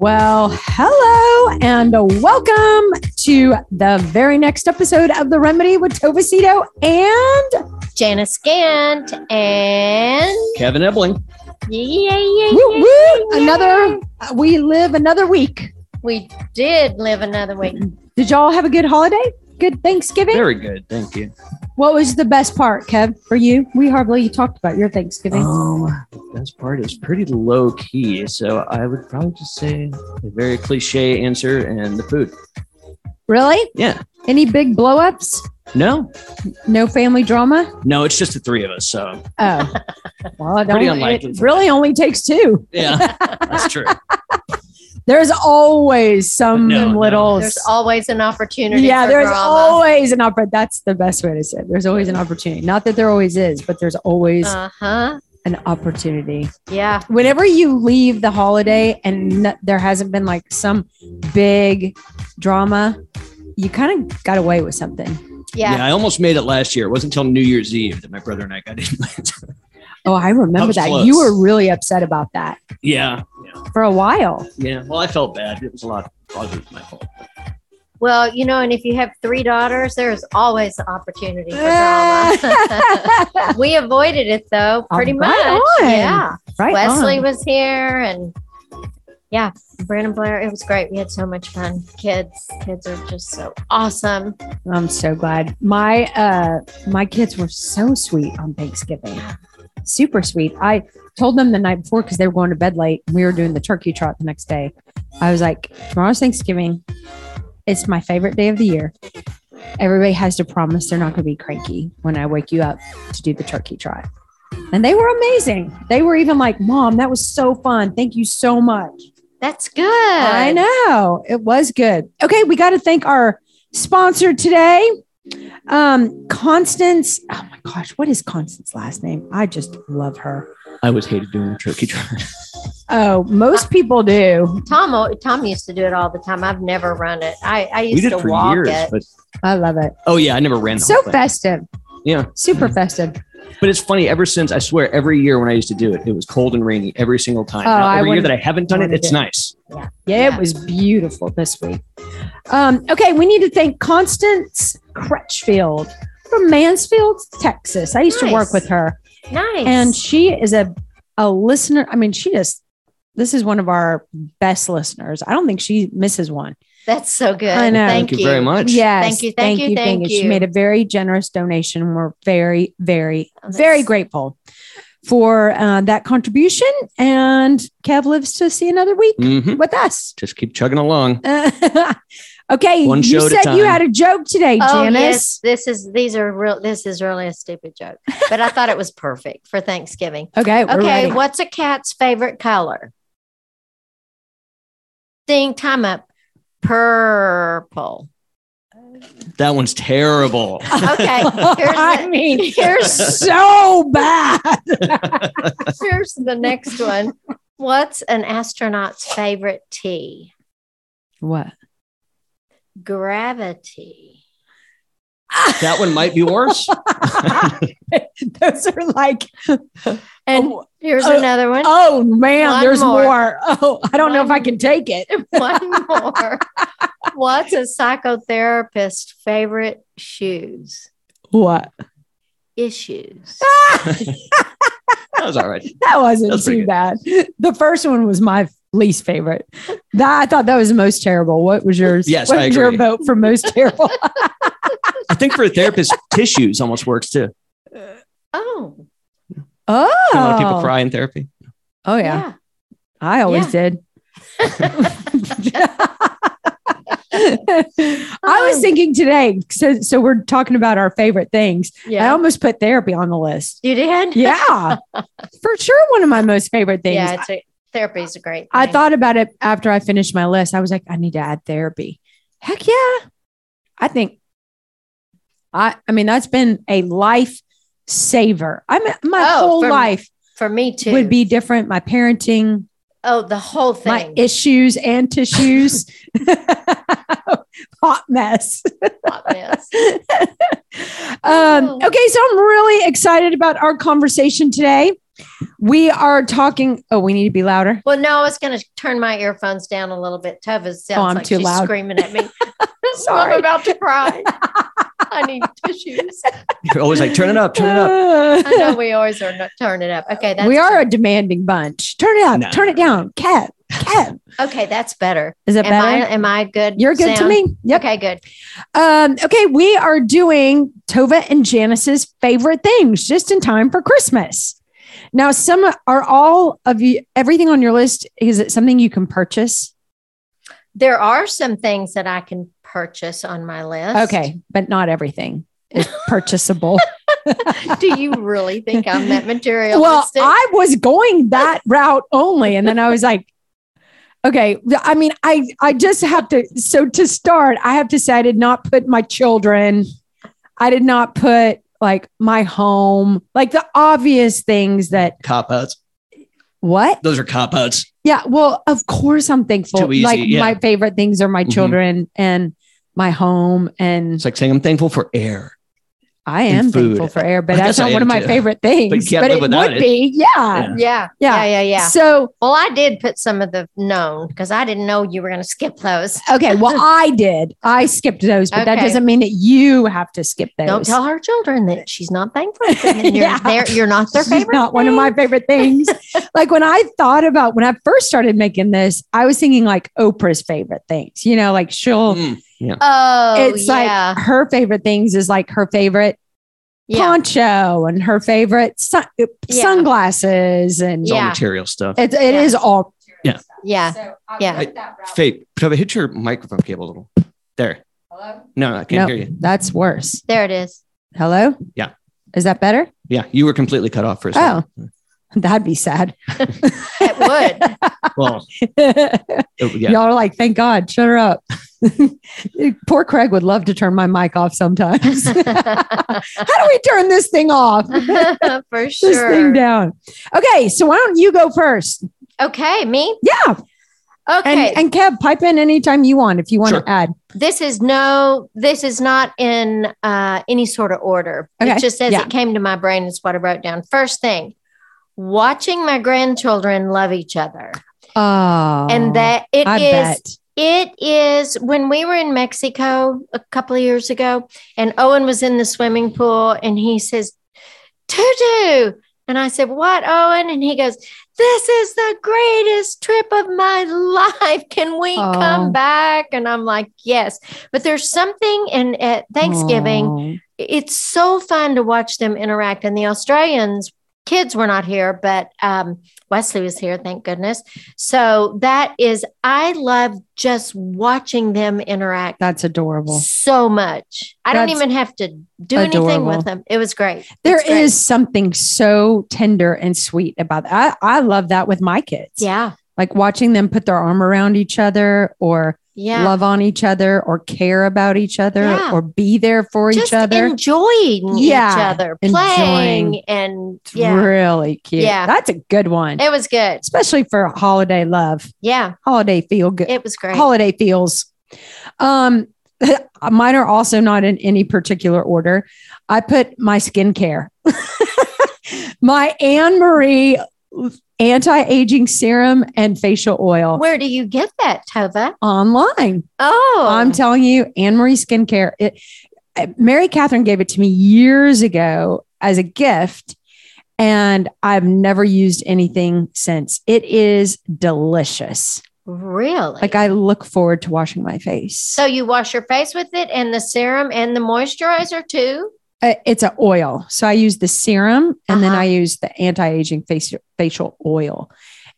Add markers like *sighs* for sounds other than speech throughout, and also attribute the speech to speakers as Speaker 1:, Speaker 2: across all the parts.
Speaker 1: Well, hello and welcome to the very next episode of The Remedy with Tova Cito and
Speaker 2: Janice Scant and
Speaker 3: Kevin Ebling.
Speaker 2: yeah, yeah,
Speaker 1: woo,
Speaker 2: yeah,
Speaker 1: woo,
Speaker 2: yeah.
Speaker 1: another. uh, We live another week.
Speaker 2: We did live another week.
Speaker 1: Did y'all have a good holiday? Good Thanksgiving.
Speaker 3: Very good. Thank you.
Speaker 1: What was the best part, Kev, for you? We hardly talked about your Thanksgiving.
Speaker 3: Um, the best part is pretty low key. So I would probably just say a very cliche answer and the food.
Speaker 1: Really?
Speaker 3: Yeah.
Speaker 1: Any big blow ups?
Speaker 3: No,
Speaker 1: No family drama?
Speaker 3: no, it's just the three of us. So *laughs*
Speaker 1: Oh, well, it,
Speaker 3: Pretty
Speaker 1: only,
Speaker 3: unlikely.
Speaker 1: it really only takes two.
Speaker 3: yeah, that's true.
Speaker 1: There's always some
Speaker 3: No, no.
Speaker 1: little.
Speaker 2: There's always an opportunity.
Speaker 1: yeah,
Speaker 2: for
Speaker 1: there's
Speaker 2: drama.
Speaker 1: always an opportunity. That's the best way to say it. There's always an opportunity. Not that there always is, but there's always
Speaker 2: Uh huh.
Speaker 1: an opportunity.
Speaker 2: Yeah.
Speaker 1: Whenever you leave the holiday and n- there hasn't been like some big drama, you kind of got away with something.
Speaker 2: *laughs* Yeah.
Speaker 3: I almost made it last year. It wasn't until New Year's Eve that my brother and I got in. *laughs*
Speaker 1: Oh, I remember
Speaker 3: was
Speaker 1: that.
Speaker 3: close.
Speaker 1: You were really upset about that
Speaker 3: yeah, yeah,
Speaker 1: for a while.
Speaker 3: yeah. Well, I felt bad. It was a lot. It was my fault.
Speaker 2: Well, you know, and if you have three daughters, there's always opportunity for drama. *laughs*
Speaker 1: right
Speaker 2: we avoided it though, pretty
Speaker 1: Ah. Oh,
Speaker 2: much.
Speaker 1: right on.
Speaker 2: Yeah. Wesley
Speaker 1: on.
Speaker 2: was here and yeah, Brandon Blair. It was great. We had so much fun. Kids, kids are just so awesome.
Speaker 1: I'm so glad. My uh my kids were so sweet on Thanksgiving. Super sweet. I told them the night before because they were going to bed late. We were doing the turkey trot the next day. I was like, tomorrow's Thanksgiving. It's my favorite day of the year. Everybody has to promise they're not going to be cranky when I wake you up to do the turkey trot. And they were amazing. They were even like, Mom, that was so fun. Thank you so much.
Speaker 2: That's good.
Speaker 1: I know. It was good. Okay, we got to thank our sponsor today. Um, Constance. Oh my gosh, what is Constance's last name? I just love her.
Speaker 3: I was hated doing the turkey drive.
Speaker 1: Oh, most people do.
Speaker 2: Tom al- Tom used to do it all the time. I've never run it. I, I
Speaker 3: we
Speaker 2: used
Speaker 3: did
Speaker 2: to
Speaker 3: it for
Speaker 2: walk
Speaker 3: years,
Speaker 2: it.
Speaker 3: but
Speaker 1: I love it.
Speaker 3: oh yeah, I never ran. The
Speaker 1: So
Speaker 3: whole thing.
Speaker 1: festive.
Speaker 3: Yeah.
Speaker 1: Super festive.
Speaker 3: But it's funny, ever since I swear, every year when I used to do it, it was cold and rainy every single time.
Speaker 1: Oh,
Speaker 3: Now,
Speaker 1: I
Speaker 3: every year
Speaker 1: wouldn't
Speaker 3: that I haven't done it,
Speaker 1: wanna
Speaker 3: it's
Speaker 1: do
Speaker 3: nice.
Speaker 1: Yeah,
Speaker 2: Yeah.
Speaker 1: it was beautiful this week. Um, okay, we need to thank Constance Crutchfield from Mansfield, Texas. I used to work
Speaker 2: Nice.
Speaker 1: with her.
Speaker 2: nice.
Speaker 1: and she is a a listener. I mean, she just this is one of our best listeners. I don't think she misses one.
Speaker 2: that's so good.
Speaker 1: I know.
Speaker 2: Thank,
Speaker 3: Thank, you very much.
Speaker 1: Yes,
Speaker 2: Thank you, thank you, thank
Speaker 1: She
Speaker 2: you.
Speaker 1: made a very generous donation. We're very, very,
Speaker 2: Oh, that's-
Speaker 1: very grateful for uh, that contribution. And Kev lives to see another week
Speaker 3: hmm
Speaker 1: with us. *laughs*
Speaker 3: Just keep chugging along.
Speaker 1: okay,
Speaker 3: One
Speaker 1: you
Speaker 3: show at a
Speaker 1: said you
Speaker 3: time.
Speaker 1: had a joke today,
Speaker 2: Oh,
Speaker 1: Janice.
Speaker 2: yes, this is these are real. This is really a stupid joke, but I thought it was perfect for Thanksgiving.
Speaker 1: Okay, we're
Speaker 2: Okay,
Speaker 1: ready.
Speaker 2: what's a cat's favorite color? Ding, time up. Purple.
Speaker 3: That one's terrible.
Speaker 1: *laughs*
Speaker 2: Okay, here's
Speaker 1: I
Speaker 2: the,
Speaker 1: mean,
Speaker 2: *laughs*
Speaker 1: you're so bad.
Speaker 2: here's the next one. What's an astronaut's favorite tea?
Speaker 1: What?
Speaker 2: Gravity.
Speaker 3: that one might be worse.
Speaker 1: *laughs* Those are like,
Speaker 2: And
Speaker 1: oh,
Speaker 2: here's
Speaker 1: oh,
Speaker 2: another one.
Speaker 1: *laughs* oh, man,
Speaker 2: One
Speaker 1: there's
Speaker 2: more.
Speaker 1: more. Oh, I don't know if I
Speaker 2: One-
Speaker 1: can take it.
Speaker 2: *laughs* One more. What's a psychotherapist's favorite shoes?
Speaker 1: *laughs* What?
Speaker 2: Issues.
Speaker 3: that was all right.
Speaker 1: That wasn't
Speaker 3: That's pretty
Speaker 1: too bad. The first one was my least favorite. That I thought that was the most terrible. What was yours?
Speaker 3: Yes,
Speaker 1: what
Speaker 3: I
Speaker 1: was
Speaker 3: agree.
Speaker 1: your vote for
Speaker 2: *laughs*
Speaker 1: most terrible?
Speaker 3: I think for a therapist, tissues almost works too.
Speaker 2: Oh,
Speaker 1: oh,
Speaker 3: A lot of people cry in therapy.
Speaker 1: oh yeah,
Speaker 2: yeah.
Speaker 1: I always did.
Speaker 2: *laughs*
Speaker 1: I was
Speaker 2: Um,
Speaker 1: thinking today. So, so we're talking about our favorite things. I
Speaker 2: Yeah.
Speaker 1: almost put therapy on the list.
Speaker 2: You did?
Speaker 1: Yeah, for sure. One of my most favorite things.
Speaker 2: *laughs* Yeah, it's a, therapy's a great.
Speaker 1: I
Speaker 2: thing.
Speaker 1: thought about it after I finished my list. I was like, I need to add therapy. Heck yeah. I think I, I mean, that's been a life saver. I mean, my
Speaker 2: Oh,
Speaker 1: whole
Speaker 2: for-
Speaker 1: life
Speaker 2: For me too.
Speaker 1: would be different. My parenting,
Speaker 2: oh the whole
Speaker 1: my
Speaker 2: thing.
Speaker 1: issues and
Speaker 2: *laughs*
Speaker 1: tissues, *laughs* hot mess.
Speaker 2: Hot
Speaker 1: *laughs*
Speaker 2: mess.
Speaker 1: um,
Speaker 2: Oh.
Speaker 1: okay, so I'm really excited about our conversation today. We are talking. Oh, we need to be louder.
Speaker 2: Well, no, I was going to turn my earphones down a little bit. Tova sounds
Speaker 1: Oh, I'm
Speaker 2: like
Speaker 1: too
Speaker 2: she's
Speaker 1: loud.
Speaker 2: screaming
Speaker 1: *laughs*
Speaker 2: at me.
Speaker 1: Sorry.
Speaker 2: I'm about to
Speaker 1: *laughs*
Speaker 2: cry. I need tissues.
Speaker 3: You're always like, turn it up, turn it
Speaker 1: *laughs*
Speaker 3: up.
Speaker 2: I know we always are not turning up. Okay, that's
Speaker 1: we are a demanding bunch. Turn it up.
Speaker 3: No.
Speaker 1: Turn it down. Cat. Cat.
Speaker 2: okay. That's better.
Speaker 1: Is it
Speaker 2: Am
Speaker 1: better?
Speaker 2: I am I good?
Speaker 1: You're good to
Speaker 2: sound?
Speaker 1: me. Yep.
Speaker 2: Okay, good.
Speaker 1: Um, okay, we are doing Tova and Janice's favorite things just in time for Christmas. Now, some are all of you, everything on your list, is it something you can purchase?
Speaker 2: There are some things that I can purchase on my list.
Speaker 1: Okay, but not everything is purchasable.
Speaker 2: Do you really think I'm
Speaker 1: *laughs*
Speaker 2: that materialistic?
Speaker 1: well, I was going
Speaker 2: *laughs*
Speaker 1: that route only. And then I was like, okay, I mean, I, I just have to, so to start, I have to say I did not put my children, I did not put like my home, like the obvious things that
Speaker 3: Cop outs.
Speaker 1: What?
Speaker 3: Those are cop outs.
Speaker 1: Yeah. Well, of course I'm thankful.
Speaker 3: Too easy,
Speaker 1: like
Speaker 3: yeah.
Speaker 1: my favorite things are my
Speaker 3: Mhm.
Speaker 1: children and my home. And
Speaker 3: It's like saying I'm thankful for air.
Speaker 1: I am
Speaker 3: and food.
Speaker 1: thankful for air, but
Speaker 3: I
Speaker 1: that's
Speaker 3: guess I
Speaker 1: not one
Speaker 3: am
Speaker 1: of my
Speaker 3: too.
Speaker 1: favorite things.
Speaker 3: can't
Speaker 1: But,
Speaker 3: live
Speaker 1: it
Speaker 3: without
Speaker 1: would
Speaker 3: it.
Speaker 1: be. Yeah.
Speaker 2: yeah,
Speaker 1: Yeah.
Speaker 2: yeah, yeah, yeah.
Speaker 1: So,
Speaker 2: Well, I did put some of the known because I didn't know you were going to skip those.
Speaker 1: okay.
Speaker 2: *laughs*
Speaker 1: Well, I did. I skipped those, but that
Speaker 2: Okay.
Speaker 1: doesn't mean that you have to skip those.
Speaker 2: Don't tell her children that she's not thankful. for
Speaker 1: *laughs*
Speaker 2: them, and You're,
Speaker 1: Yeah.
Speaker 2: they're- you're not
Speaker 1: *laughs*
Speaker 2: their
Speaker 1: This is
Speaker 2: favorite.
Speaker 1: not one of
Speaker 2: thing.
Speaker 1: my favorite
Speaker 2: *laughs*
Speaker 1: things. like when I thought about when I first started making this, I was thinking like Oprah's favorite things, you know, like she'll,
Speaker 3: Mm.
Speaker 2: Oh,
Speaker 1: it's
Speaker 2: yeah.
Speaker 1: like her favorite things is like her favorite
Speaker 2: yeah.
Speaker 1: poncho and her favorite sun-
Speaker 2: Yeah.
Speaker 1: sunglasses and
Speaker 3: It's all
Speaker 2: Yeah.
Speaker 3: material stuff.
Speaker 1: it, it is
Speaker 2: Yeah.
Speaker 1: all
Speaker 3: Yeah.
Speaker 2: Yeah.
Speaker 1: So
Speaker 2: Yeah.
Speaker 3: Fake. Tova, hit your microphone cable a little. There. No, I
Speaker 1: No,
Speaker 3: can't hear you.
Speaker 1: that's worse.
Speaker 2: There it is.
Speaker 1: Hello.
Speaker 3: Yeah.
Speaker 1: Is that better? *laughs*
Speaker 3: Yeah, you were completely cut off for a
Speaker 1: Oh.
Speaker 3: second.
Speaker 1: That'd be sad.
Speaker 2: It would. *laughs*
Speaker 3: Well, oh, yeah.
Speaker 1: Y'all are like, thank God, shut her up. *laughs* Poor Craig would love to turn my mic off
Speaker 2: *laughs*
Speaker 1: sometimes. *laughs* How do we turn this thing off?
Speaker 2: For
Speaker 1: *laughs* This thing
Speaker 2: sure.
Speaker 1: down. Okay, so why don't you go first?
Speaker 2: Okay, me.
Speaker 1: Yeah, and
Speaker 2: Okay.
Speaker 1: and Kev, pipe in anytime you want if you want
Speaker 3: Sure.
Speaker 1: to add.
Speaker 2: this is no, this is not in uh, any sort of order.
Speaker 1: Okay,
Speaker 2: It just as
Speaker 1: yeah.
Speaker 2: it came to my brain, it's what I wrote down. First thing, watching my grandchildren love each other.
Speaker 1: Oh,
Speaker 2: and that it is.
Speaker 1: I bet.
Speaker 2: It is when we were in Mexico a couple of years ago, and Owen was in the swimming pool, and he says, Tutu. And I said, What, Owen? And he goes, This is the greatest trip of my *laughs* life. Can we
Speaker 1: Oh.
Speaker 2: come back? And I'm like, Yes. But there's something in at Thanksgiving
Speaker 1: Oh,
Speaker 2: it's so fun to watch them interact. And the Australians, kids were not here, but um, Wesley was here, thank goodness. So that is, I love just watching them interact
Speaker 1: That's adorable.
Speaker 2: so much. I don't
Speaker 1: That's
Speaker 2: even have to do anything
Speaker 1: adorable.
Speaker 2: with them. It was great.
Speaker 1: There is
Speaker 2: It's great.
Speaker 1: something so tender and sweet about that. I, I love that with my kids.
Speaker 2: Yeah.
Speaker 1: Like watching them put their arm around each other or
Speaker 2: Yeah.
Speaker 1: love on each other or care about each other
Speaker 2: Yeah.
Speaker 1: or be there for
Speaker 2: just
Speaker 1: each other.
Speaker 2: enjoying each
Speaker 1: Yeah,
Speaker 2: other,
Speaker 1: enjoying.
Speaker 2: playing, and
Speaker 1: it's
Speaker 2: yeah,
Speaker 1: really cute.
Speaker 2: Yeah.
Speaker 1: That's a good one.
Speaker 2: it was good.
Speaker 1: Especially for holiday love,
Speaker 2: Yeah,
Speaker 1: holiday feel good.
Speaker 2: it was great.
Speaker 1: holiday feels. Um, *laughs* mine are also not in any particular order. I put my skincare, *laughs* my Anne Marie anti aging serum and facial oil
Speaker 2: Where do you get that, Tova?
Speaker 1: online.
Speaker 2: Oh,
Speaker 1: I'm telling you, Anne Marie skincare. It, uh, Mary Catherine gave it to me years ago as a gift. And I've never used anything since. It is delicious.
Speaker 2: really
Speaker 1: Like I look forward to washing my face.
Speaker 2: So you wash your face with it and the serum and the moisturizer too.
Speaker 1: Uh, it's an oil. So I use the serum and then
Speaker 2: Uh-huh.
Speaker 1: I use the anti-aging facial facial oil.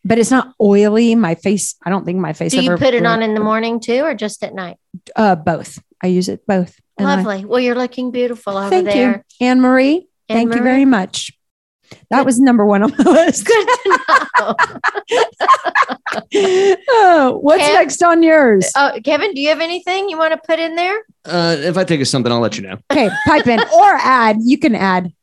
Speaker 1: But it's not oily. My face, I don't think my face
Speaker 2: Do you
Speaker 1: ever
Speaker 2: put it on in the morning too, or just at night?
Speaker 1: Uh both. I use it both. And I-
Speaker 2: Lovely. well, you're looking beautiful over
Speaker 1: thank
Speaker 2: there.
Speaker 1: you. Anne Marie.
Speaker 2: Anne
Speaker 1: Thank you
Speaker 2: Marie.
Speaker 1: very much. That was number one on my list.
Speaker 2: Good to know.
Speaker 1: oh, what's
Speaker 2: Kev-
Speaker 1: next on yours?
Speaker 2: *laughs* Oh, Kevin, do you have anything you want to put in there?
Speaker 3: Uh, if I think of something, I'll let you know.
Speaker 1: Okay, pipe in or add. You can add,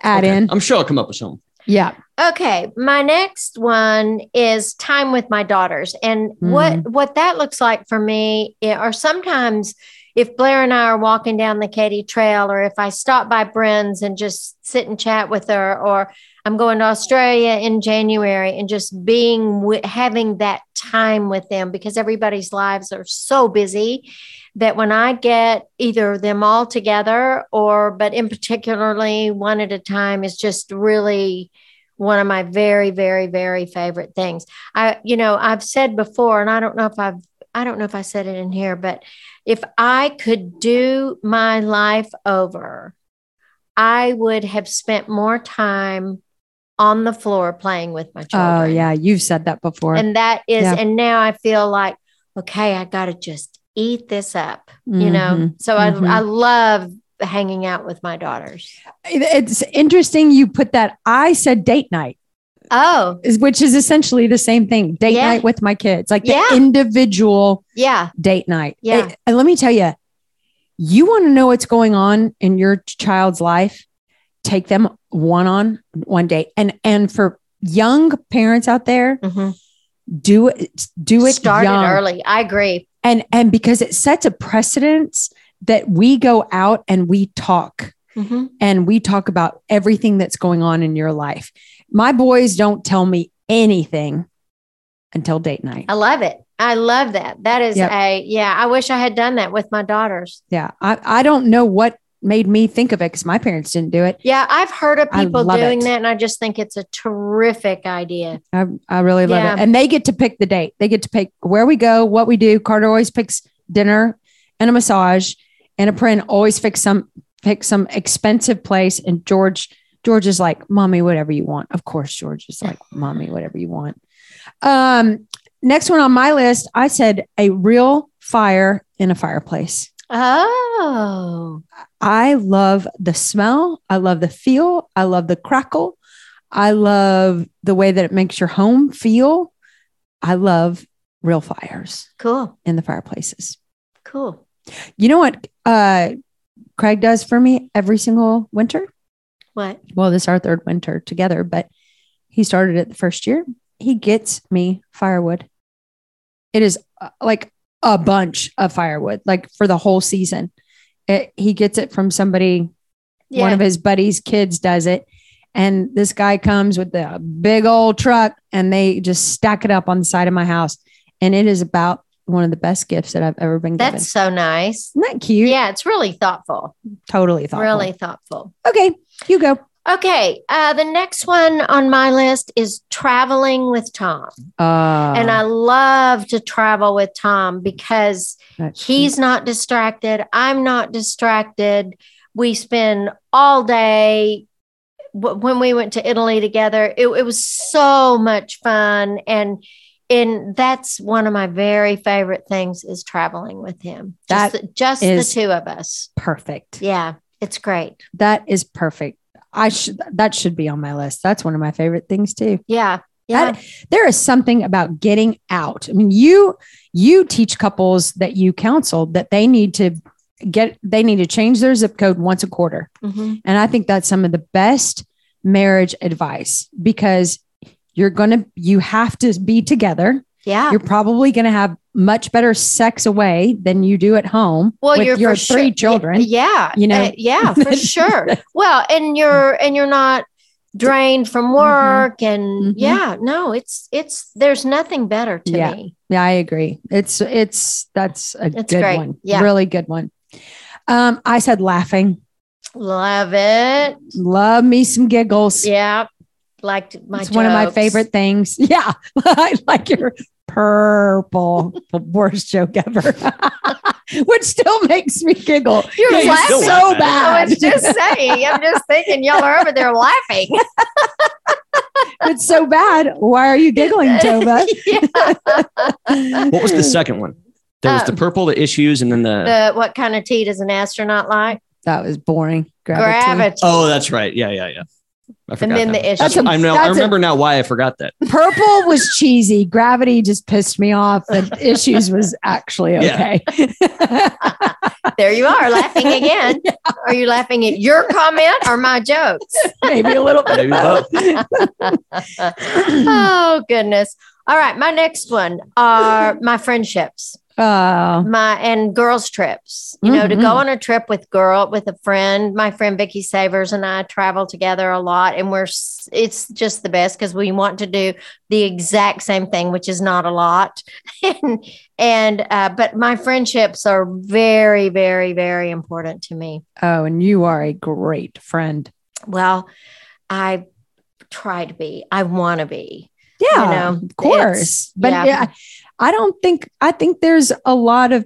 Speaker 1: add
Speaker 3: Okay.
Speaker 1: in. Oh,
Speaker 3: I'm sure I'll come up with something.
Speaker 1: Yeah.
Speaker 2: Okay, my next one is time with my daughters, and what what that looks like for me, eh, or sometimes if Blair and I are walking down the Katy Trail, or if I stop by Brynn's and just sit and chat with her, or I'm going to Australia in January and just being wi- having that time with them because everybody's lives are so busy that when I get either them all together or but in particularly one at a time is just really one of my very very very favorite things i you know i've said before and i don't know if i've i don't know if i said it in here but if i could do my life over i would have spent more time on the floor playing with my children
Speaker 1: Oh, yeah. You've said that before.
Speaker 2: and that is
Speaker 1: Yeah.
Speaker 2: and now i feel like okay i gotta just eat this up you know so
Speaker 1: mhm.
Speaker 2: i i love hanging out with my daughters
Speaker 1: It- Mm-hmm. it's interesting you put that. I said date night,
Speaker 2: oh
Speaker 1: is- which is essentially the same thing. Date
Speaker 2: Yeah.
Speaker 1: night with my kids, like
Speaker 2: Yeah.
Speaker 1: the individual
Speaker 2: yeah
Speaker 1: date night.
Speaker 2: Yeah.
Speaker 1: It- and let me tell you, you want to know what's going on in your child's life, take them one on one day. And and for young parents out there,
Speaker 2: Mhm.
Speaker 1: do it do it
Speaker 2: started
Speaker 1: young.
Speaker 2: early i agree
Speaker 1: And and because it sets a precedence that we go out and we talk
Speaker 2: Mhm.
Speaker 1: and we talk about everything that's going on in your life. My boys don't tell me anything until date night.
Speaker 2: I love it. I love that. That is
Speaker 1: Yep.
Speaker 2: a yeah. I wish I had done that with my daughters.
Speaker 1: Yeah. I, I don't know what made me think of it because my parents didn't do it.
Speaker 2: Yeah, I've heard of
Speaker 1: I
Speaker 2: people
Speaker 1: love
Speaker 2: doing
Speaker 1: it.
Speaker 2: that, and I just think it's a terrific idea.
Speaker 1: I, I really love it.
Speaker 2: Yeah.
Speaker 1: And they get to pick the date. They get to pick where we go, what we do. Carter always picks dinner and a massage, and a print always picks some pick some expensive place. And George George is like, "Mommy, whatever you want." Of course, George is like, "Mommy, whatever you want." Um, next one on my list, I said a real fire in a fireplace.
Speaker 2: Oh,
Speaker 1: I love the smell. I love the feel. I love the crackle. I love the way that it makes your home feel. I love real fires
Speaker 2: cool,
Speaker 1: in the fireplaces.
Speaker 2: cool.
Speaker 1: You know what uh, Craig does for me every single winter?
Speaker 2: What?
Speaker 1: Well, this is our third winter together, but he started it the first year. He gets me firewood. It is uh, like a bunch of firewood, like for the whole season. It, he gets it from somebody
Speaker 2: Yeah,
Speaker 1: one of his buddies' kids does it. And this guy comes with the big old truck and they just stack it up on the side of my house. And it is about one of the best gifts that I've ever been
Speaker 2: that's so nice.
Speaker 1: given. Isn't that cute?
Speaker 2: Yeah, it's really thoughtful.
Speaker 1: Totally thoughtful.
Speaker 2: Really thoughtful.
Speaker 1: Okay, you go.
Speaker 2: Okay, uh, the next one on my list is traveling with Tom.
Speaker 1: Uh,
Speaker 2: and I love to travel with Tom because
Speaker 1: That's
Speaker 2: he's not distracted. I'm not distracted. We spend all day. Wh- When we went to Italy together, it, it was so much fun, and and that's one of my very favorite things is traveling with him. Just,
Speaker 1: That
Speaker 2: the, just
Speaker 1: is-
Speaker 2: the two of us.
Speaker 1: perfect.
Speaker 2: Yeah, it's great.
Speaker 1: That is perfect. I should that should be on my list. That's one of my favorite things too.
Speaker 2: Yeah, yeah,
Speaker 1: That- there is something about getting out. I mean, you you teach couples that you counsel that they need to get they need to change their zip code once a quarter.
Speaker 2: Mhm.
Speaker 1: And I think that's some of the best marriage advice because you're going to, you have to be together.
Speaker 2: yeah.
Speaker 1: You're probably going to have much better sex away than you do at home
Speaker 2: well,
Speaker 1: with
Speaker 2: you're
Speaker 1: your
Speaker 2: for sure-
Speaker 1: three
Speaker 2: yeah,
Speaker 1: children.
Speaker 2: Yeah,
Speaker 1: you know?
Speaker 2: uh,
Speaker 1: *laughs*
Speaker 2: yeah, for sure. Well, and you're and you're not drained
Speaker 1: Mm-hmm.
Speaker 2: from work, and
Speaker 1: Mhm.
Speaker 2: yeah, no, it's it's there's nothing better to
Speaker 1: Yeah.
Speaker 2: me.
Speaker 1: Yeah, I agree. It's, it's, that's a
Speaker 2: It's
Speaker 1: good
Speaker 2: great.
Speaker 1: one.
Speaker 2: Yeah.
Speaker 1: Really good one. Um, I said laughing.
Speaker 2: Love it.
Speaker 1: Love me some giggles.
Speaker 2: Yeah, liked my.
Speaker 1: it's one of my
Speaker 2: jokes.
Speaker 1: favorite things. *laughs* Yeah. I like your purple worst joke ever, *laughs* which still makes me giggle.
Speaker 2: *laughs* You're
Speaker 1: It's
Speaker 3: Yeah, you still
Speaker 2: laughing. So
Speaker 3: laugh
Speaker 1: so
Speaker 2: Oh, I *laughs*
Speaker 1: bad. *laughs*
Speaker 2: was just saying. I'm just thinking y'all are over there laughing.
Speaker 1: it's so bad. Why are you
Speaker 2: *laughs*
Speaker 1: giggling, Toba?
Speaker 2: yeah.
Speaker 3: What
Speaker 1: *laughs*
Speaker 3: was the second one? There was
Speaker 2: Uh,
Speaker 3: the
Speaker 1: Um,
Speaker 3: purple, the issues, and then the.
Speaker 2: The, what kind of tea does an astronaut like?
Speaker 1: That was boring. Gravity.
Speaker 2: Gravity.
Speaker 3: oh, that's right. Yeah, yeah, yeah. I
Speaker 2: And
Speaker 3: Oh, forgot.
Speaker 2: then
Speaker 3: that.
Speaker 2: the issue.
Speaker 1: That's a-
Speaker 3: I know. I
Speaker 1: that's a-
Speaker 3: remember now why I forgot
Speaker 1: *laughs*
Speaker 3: that.
Speaker 1: Purple was cheesy. Gravity just pissed me off.
Speaker 2: *laughs*
Speaker 1: The issues was actually
Speaker 3: Yeah.
Speaker 1: okay. *laughs*
Speaker 2: there you are laughing again. Are you laughing at your comment or my jokes?
Speaker 1: Maybe a
Speaker 2: *laughs*
Speaker 1: little bit.
Speaker 3: Maybe
Speaker 1: of both.
Speaker 2: oh goodness. All right, my next one are my friendships,
Speaker 1: Uh,
Speaker 2: my and girls trips. You know, to
Speaker 1: Mhm.
Speaker 2: go on a trip with girl with a friend. My friend Vicky Savers and I travel together a lot, and we're s- it's just the best because we want to do the exact same thing, which is not a lot. *laughs* and and uh, but my friendships are very, very, very important to me.
Speaker 1: oh, and you are a great friend.
Speaker 2: Well, I try to be. I want to be.
Speaker 1: Yeah,
Speaker 2: know,
Speaker 1: of course.
Speaker 2: it's-
Speaker 1: But
Speaker 2: yeah.
Speaker 1: yeah, I don't think I think there's a lot of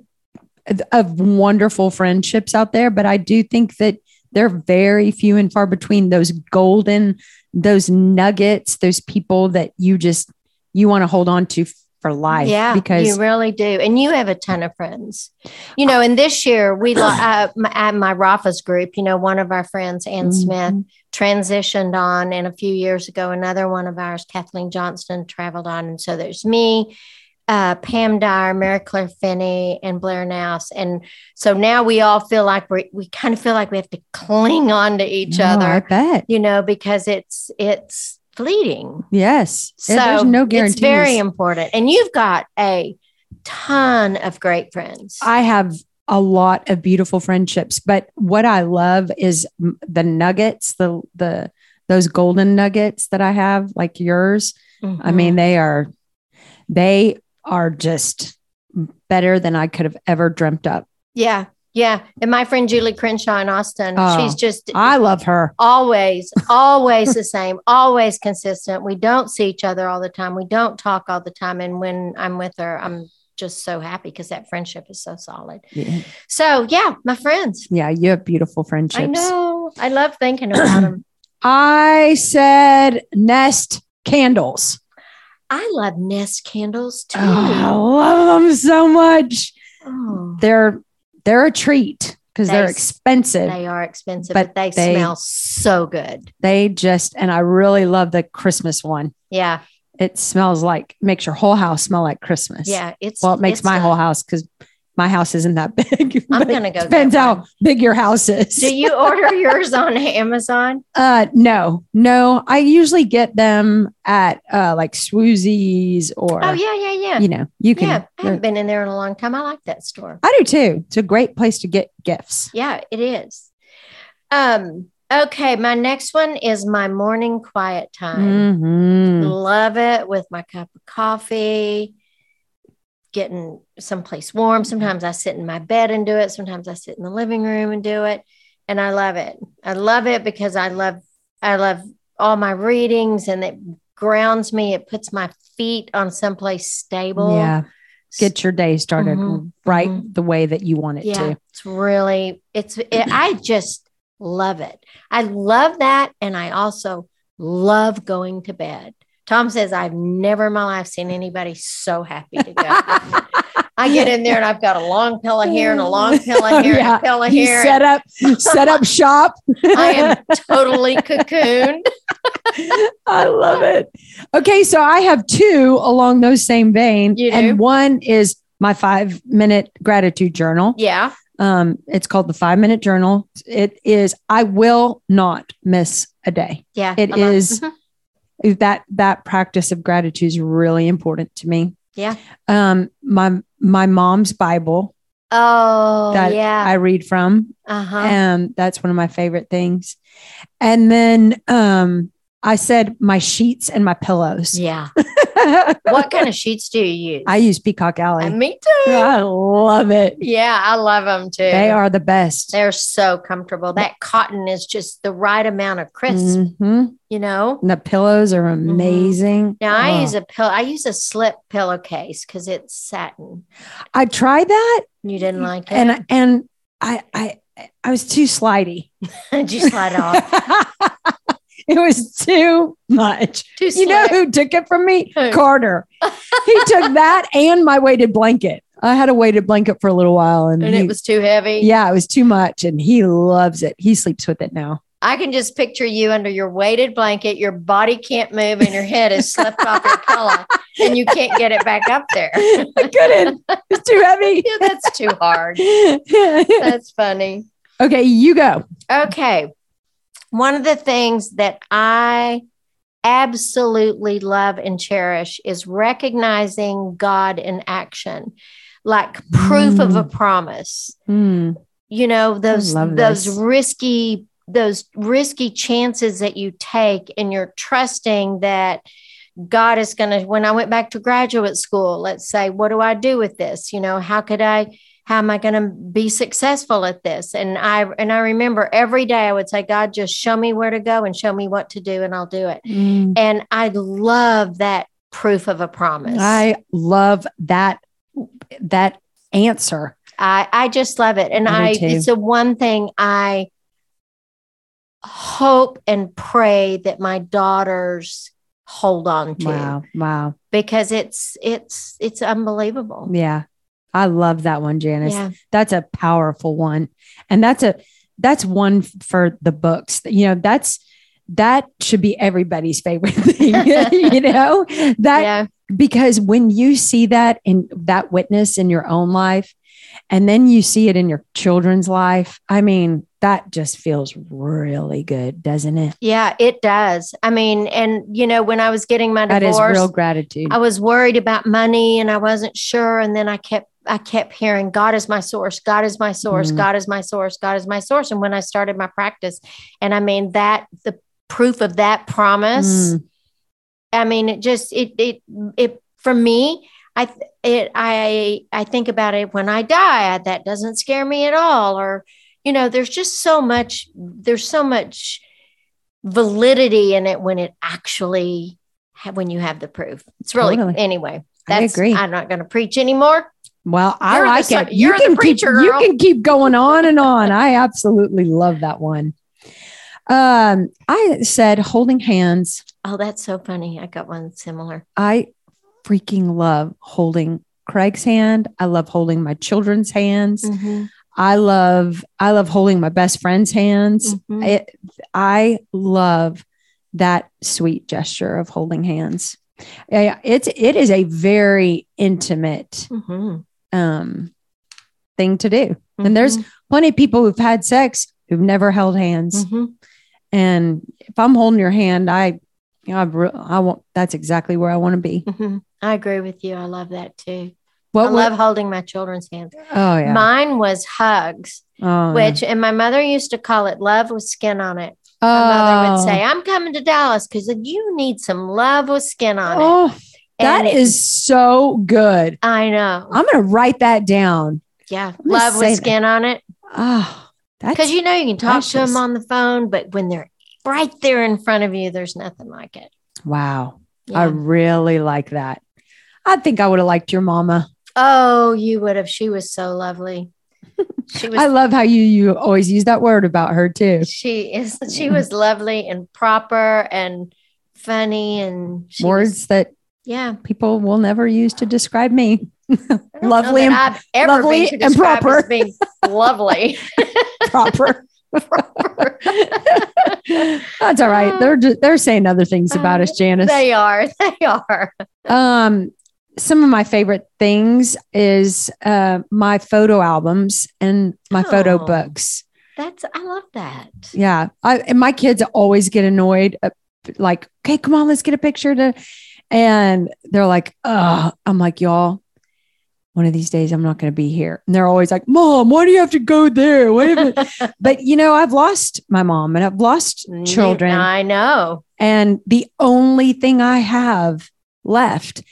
Speaker 1: of wonderful friendships out there, but I do think that they're very few and far between those golden, those nuggets, those people that you just you want to hold on to for life.
Speaker 2: Yeah,
Speaker 1: because
Speaker 2: you really do, and you have a ton of friends. You know, and this year we
Speaker 1: *clears throat*
Speaker 2: lo- uh, my, at my Rafa's group. You know, one of our friends, Ann
Speaker 1: Mm-hmm.
Speaker 2: Smith, transitioned on, and a few years ago, another one of ours, Kathleen Johnston, traveled on, and so there's me. Uh, Pam Dyer, Mary Claire Finney, and Blair Nouse. And so now we all feel like we we kind of feel like we have to cling on to each
Speaker 1: No,
Speaker 2: other.
Speaker 1: I bet.
Speaker 2: you know, because it's it's fleeting.
Speaker 1: Yes.
Speaker 2: So
Speaker 1: There's no guarantees.
Speaker 2: It's very important, and you've got a ton of great friends.
Speaker 1: I have a lot of beautiful friendships, but what I love is m- the nuggets, the the those golden nuggets that I have, like yours.
Speaker 2: Mm-hmm.
Speaker 1: I mean, they are they are just better than I could have ever dreamt up.
Speaker 2: yeah, yeah. And my friend Julie Crenshaw in Austin,
Speaker 1: Oh,
Speaker 2: she's just
Speaker 1: I love her.
Speaker 2: always, always the same, *laughs* always consistent. We don't see each other all the time. We don't talk all the time. And when I'm with her, I'm just so happy because that friendship is so solid.
Speaker 1: Yeah,
Speaker 2: So yeah, my friends.
Speaker 1: you have beautiful friendships.
Speaker 2: I know. I love thinking
Speaker 1: *clears throat*
Speaker 2: about them.
Speaker 1: I said nest candles.
Speaker 2: I love Nest candles too.
Speaker 1: Oh, I love them so much.
Speaker 2: Oh.
Speaker 1: They're they're a treat because
Speaker 2: They
Speaker 1: they're
Speaker 2: s-
Speaker 1: expensive.
Speaker 2: They are expensive,
Speaker 1: But
Speaker 2: but, they,
Speaker 1: they-
Speaker 2: smell so good.
Speaker 1: They just, and I really love the Christmas one.
Speaker 2: Yeah.
Speaker 1: It smells like, makes your whole house smell like Christmas.
Speaker 2: Yeah. It's
Speaker 1: Well, it makes
Speaker 2: it's
Speaker 1: my
Speaker 2: a-
Speaker 1: whole house because my house isn't that *laughs* big.
Speaker 2: I'm
Speaker 1: but it
Speaker 2: gonna go get
Speaker 1: Depends how
Speaker 2: one.
Speaker 1: big your house is. *laughs*
Speaker 2: Do you order yours on Amazon?
Speaker 1: uh, no, no. I usually get them at uh, like Swoozies or,
Speaker 2: Oh, yeah, yeah, yeah.
Speaker 1: you know, you can.
Speaker 2: yeah. I haven't
Speaker 1: they're-
Speaker 2: been in there in a long time. I like that store.
Speaker 1: I do too. It's a great place to get gifts.
Speaker 2: Yeah, it is. Um, okay, my next one is my morning quiet time.
Speaker 1: Mhm.
Speaker 2: Love it with my cup of coffee, getting someplace warm. Sometimes I sit in my bed and do it. Sometimes I sit in the living room and do it. And I love it. I love it because I love, I love all my readings and it grounds me. It puts my feet on someplace stable.
Speaker 1: Yeah. Get your day started
Speaker 2: Mhm,
Speaker 1: right
Speaker 2: mhm.
Speaker 1: the way that you want it
Speaker 2: yeah,
Speaker 1: to.
Speaker 2: it's really it's. It, I just love it. I love that, and I also love going to bed. Tom says I've never in my life seen anybody so happy to go.
Speaker 1: *laughs*
Speaker 2: I get in there and I've got a long pillow here and a long pillow here
Speaker 1: Oh, Yeah,
Speaker 2: and a pillow
Speaker 1: you
Speaker 2: here.
Speaker 1: set
Speaker 2: *laughs*
Speaker 1: up set up shop.
Speaker 2: and
Speaker 1: *laughs*
Speaker 2: I am totally cocooned.
Speaker 1: I love it. Okay, so I have two along those same vein,
Speaker 2: You do?
Speaker 1: and one is my five minute gratitude journal.
Speaker 2: Yeah,
Speaker 1: Um, it's called the five minute journal. It is. I will not miss a day.
Speaker 2: yeah.
Speaker 1: It
Speaker 2: I love-
Speaker 1: is-
Speaker 2: Mhm.
Speaker 1: That that practice of gratitude is really important to me.
Speaker 2: Yeah.
Speaker 1: Um, my my mom's Bible
Speaker 2: Oh
Speaker 1: that
Speaker 2: yeah.
Speaker 1: I read from
Speaker 2: Uh huh.
Speaker 1: Um, that's one of my favorite things. And then um, I said my sheets and my pillows.
Speaker 2: Yeah. What kind of sheets do you use?
Speaker 1: *laughs* I use Peacock Alley.
Speaker 2: Uh, me too.
Speaker 1: I love it.
Speaker 2: Yeah, I love them too.
Speaker 1: They are the best.
Speaker 2: They're so comfortable. That cotton is just the right amount of crisp,
Speaker 1: Mhm.
Speaker 2: you know.
Speaker 1: And the pillows are amazing.
Speaker 2: Now I
Speaker 1: Oh.
Speaker 2: use a pillow. I use a slip pillowcase because it's satin.
Speaker 1: I tried that
Speaker 2: You didn't like it,
Speaker 1: Mm-hmm.
Speaker 2: *laughs*
Speaker 1: and and I I I was too slidey.
Speaker 2: and you slide
Speaker 1: *laughs*
Speaker 2: off
Speaker 1: it was too much.
Speaker 2: too
Speaker 1: You know
Speaker 2: slip.
Speaker 1: who took it from me?
Speaker 2: Who?
Speaker 1: Carter. He took that and my weighted blanket. I had a weighted blanket for a little while, and,
Speaker 2: and
Speaker 1: he-
Speaker 2: it was too heavy.
Speaker 1: yeah, it was too much, and he loves it. He sleeps with it now. *laughs*
Speaker 2: I can just picture you under your weighted blanket. Your body can't move, and your head is slipped off your pillow, and you can't get it back up there. *laughs*
Speaker 1: I couldn't. It's too heavy. *laughs*
Speaker 2: Yeah, That's too hard. That's funny.
Speaker 1: okay, you go.
Speaker 2: Okay. One of the things that I absolutely love and cherish is recognizing God in action, like proof of a promise.
Speaker 1: Hmm.
Speaker 2: You know, those
Speaker 1: love
Speaker 2: those
Speaker 1: this.
Speaker 2: risky those risky chances that you take and you're trusting that God is going to when I went back to graduate school, let's say, what do I do with this? You know, how could I how am I going to be successful at this? And I and I remember every day I would say, God, just show me where to go and show me what to do, and I'll do it.
Speaker 1: Hmm.
Speaker 2: And I love that proof of a promise.
Speaker 1: I love that that answer.
Speaker 2: I, I just love it. And
Speaker 1: I
Speaker 2: I,
Speaker 1: do too.
Speaker 2: it's the one thing I hope and pray that my daughters hold on to
Speaker 1: Wow. Wow.
Speaker 2: because it's it's it's unbelievable.
Speaker 1: Yeah. I love that one, Janice.
Speaker 2: Yeah.
Speaker 1: That's a powerful one. And that's a that's one for the books. You know, that's that should be everybody's favorite thing, *laughs* you know? That
Speaker 2: yeah.
Speaker 1: because when you see that in that witness in your own life and then you see it in your children's life i mean that just feels really good doesn't it
Speaker 2: Yeah, it does. I mean, and you know, when I was getting my
Speaker 1: that is
Speaker 2: divorce,
Speaker 1: real gratitude
Speaker 2: I was worried about money and I wasn't sure. And then I kept I kept hearing God is my source, God is my source,
Speaker 1: Mhm.
Speaker 2: God is my source, God is my source. And when I started my practice, and I mean that the proof of that promise,
Speaker 1: Mm,
Speaker 2: I mean it just it it it for me, I th- it I I think about it when I die, that doesn't scare me at all. Or, you know, there's just so much, there's so much validity in it when it actually ha- when you have the proof. It's really
Speaker 1: Totally.
Speaker 2: anyway.
Speaker 1: i
Speaker 2: That's,
Speaker 1: agree
Speaker 2: I'm not going to preach anymore.
Speaker 1: well i
Speaker 2: You're the
Speaker 1: like
Speaker 2: son-
Speaker 1: it you
Speaker 2: you're the
Speaker 1: can
Speaker 2: preacher,
Speaker 1: keep, you
Speaker 2: girl.
Speaker 1: can keep going on and on i absolutely love that one um i said holding hands
Speaker 2: Oh, that's so funny. I got one similar.
Speaker 1: I freaking love holding Craig's hand. I love holding my children's hands.
Speaker 2: Mm-hmm.
Speaker 1: I love I love holding my best friend's hands.
Speaker 2: Mhm.
Speaker 1: It, I love that sweet gesture of holding hands. Yeah, It's it is a very intimate
Speaker 2: Mhm.
Speaker 1: um, thing to do, and there's plenty of people who've had sex who've never held hands.
Speaker 2: Mhm.
Speaker 1: And if I'm holding your hand, I I, re- I want that's exactly where I want to be.
Speaker 2: Mhm. I agree with you. I love that too.
Speaker 1: What
Speaker 2: I
Speaker 1: would-
Speaker 2: love holding my children's hands.
Speaker 1: Oh yeah.
Speaker 2: Mine was hugs,
Speaker 1: oh,
Speaker 2: which, and my mother used to call it love with skin on it.
Speaker 1: yeah.
Speaker 2: My mother
Speaker 1: Oh.
Speaker 2: would say, I'm coming to Dallas because you need some love with skin on it.
Speaker 1: "Oh, that
Speaker 2: And it-
Speaker 1: is so good."
Speaker 2: I know.
Speaker 1: I'm gonna write that down.
Speaker 2: Yeah.
Speaker 1: gonna
Speaker 2: Love
Speaker 1: say
Speaker 2: with
Speaker 1: that.
Speaker 2: skin on it.
Speaker 1: Oh,
Speaker 2: Because
Speaker 1: that's
Speaker 2: you know, you can talk to
Speaker 1: precious.
Speaker 2: them on the phone, but when they're right there in front of you, there's nothing like it.
Speaker 1: wow. I
Speaker 2: Yeah.
Speaker 1: really like that. I think I would have liked your mama.
Speaker 2: oh, you would have. She was so
Speaker 1: *laughs*
Speaker 2: lovely. She was.
Speaker 1: I love how you you always use that word about her too.
Speaker 2: she is. She was lovely and proper and funny and she
Speaker 1: Words
Speaker 2: was-
Speaker 1: that
Speaker 2: yeah,
Speaker 1: people will never use to describe me.
Speaker 2: I don't know
Speaker 1: Lovely
Speaker 2: that
Speaker 1: and-
Speaker 2: I've ever
Speaker 1: lovely
Speaker 2: been to
Speaker 1: and
Speaker 2: describe as
Speaker 1: proper.
Speaker 2: being
Speaker 1: *laughs*
Speaker 2: lovely. *laughs*
Speaker 1: Proper. *laughs* That's all right. They're just, they're saying other things about us, Janice.
Speaker 2: they are. *laughs* They are.
Speaker 1: um some of my favorite things is uh, my photo albums and my photo
Speaker 2: Oh.
Speaker 1: books
Speaker 2: That's. I love that.
Speaker 1: yeah I, and my kids always get annoyed uh, like okay come on let's get a picture to and they're like Ugh. i'm like y'all one of these days i'm not going to be here and they're always like mom why do you have to go there why do you have to-"
Speaker 2: *laughs*
Speaker 1: but you know i've lost my mom and i've lost children
Speaker 2: Mm-hmm. I know.
Speaker 1: and the only thing I have left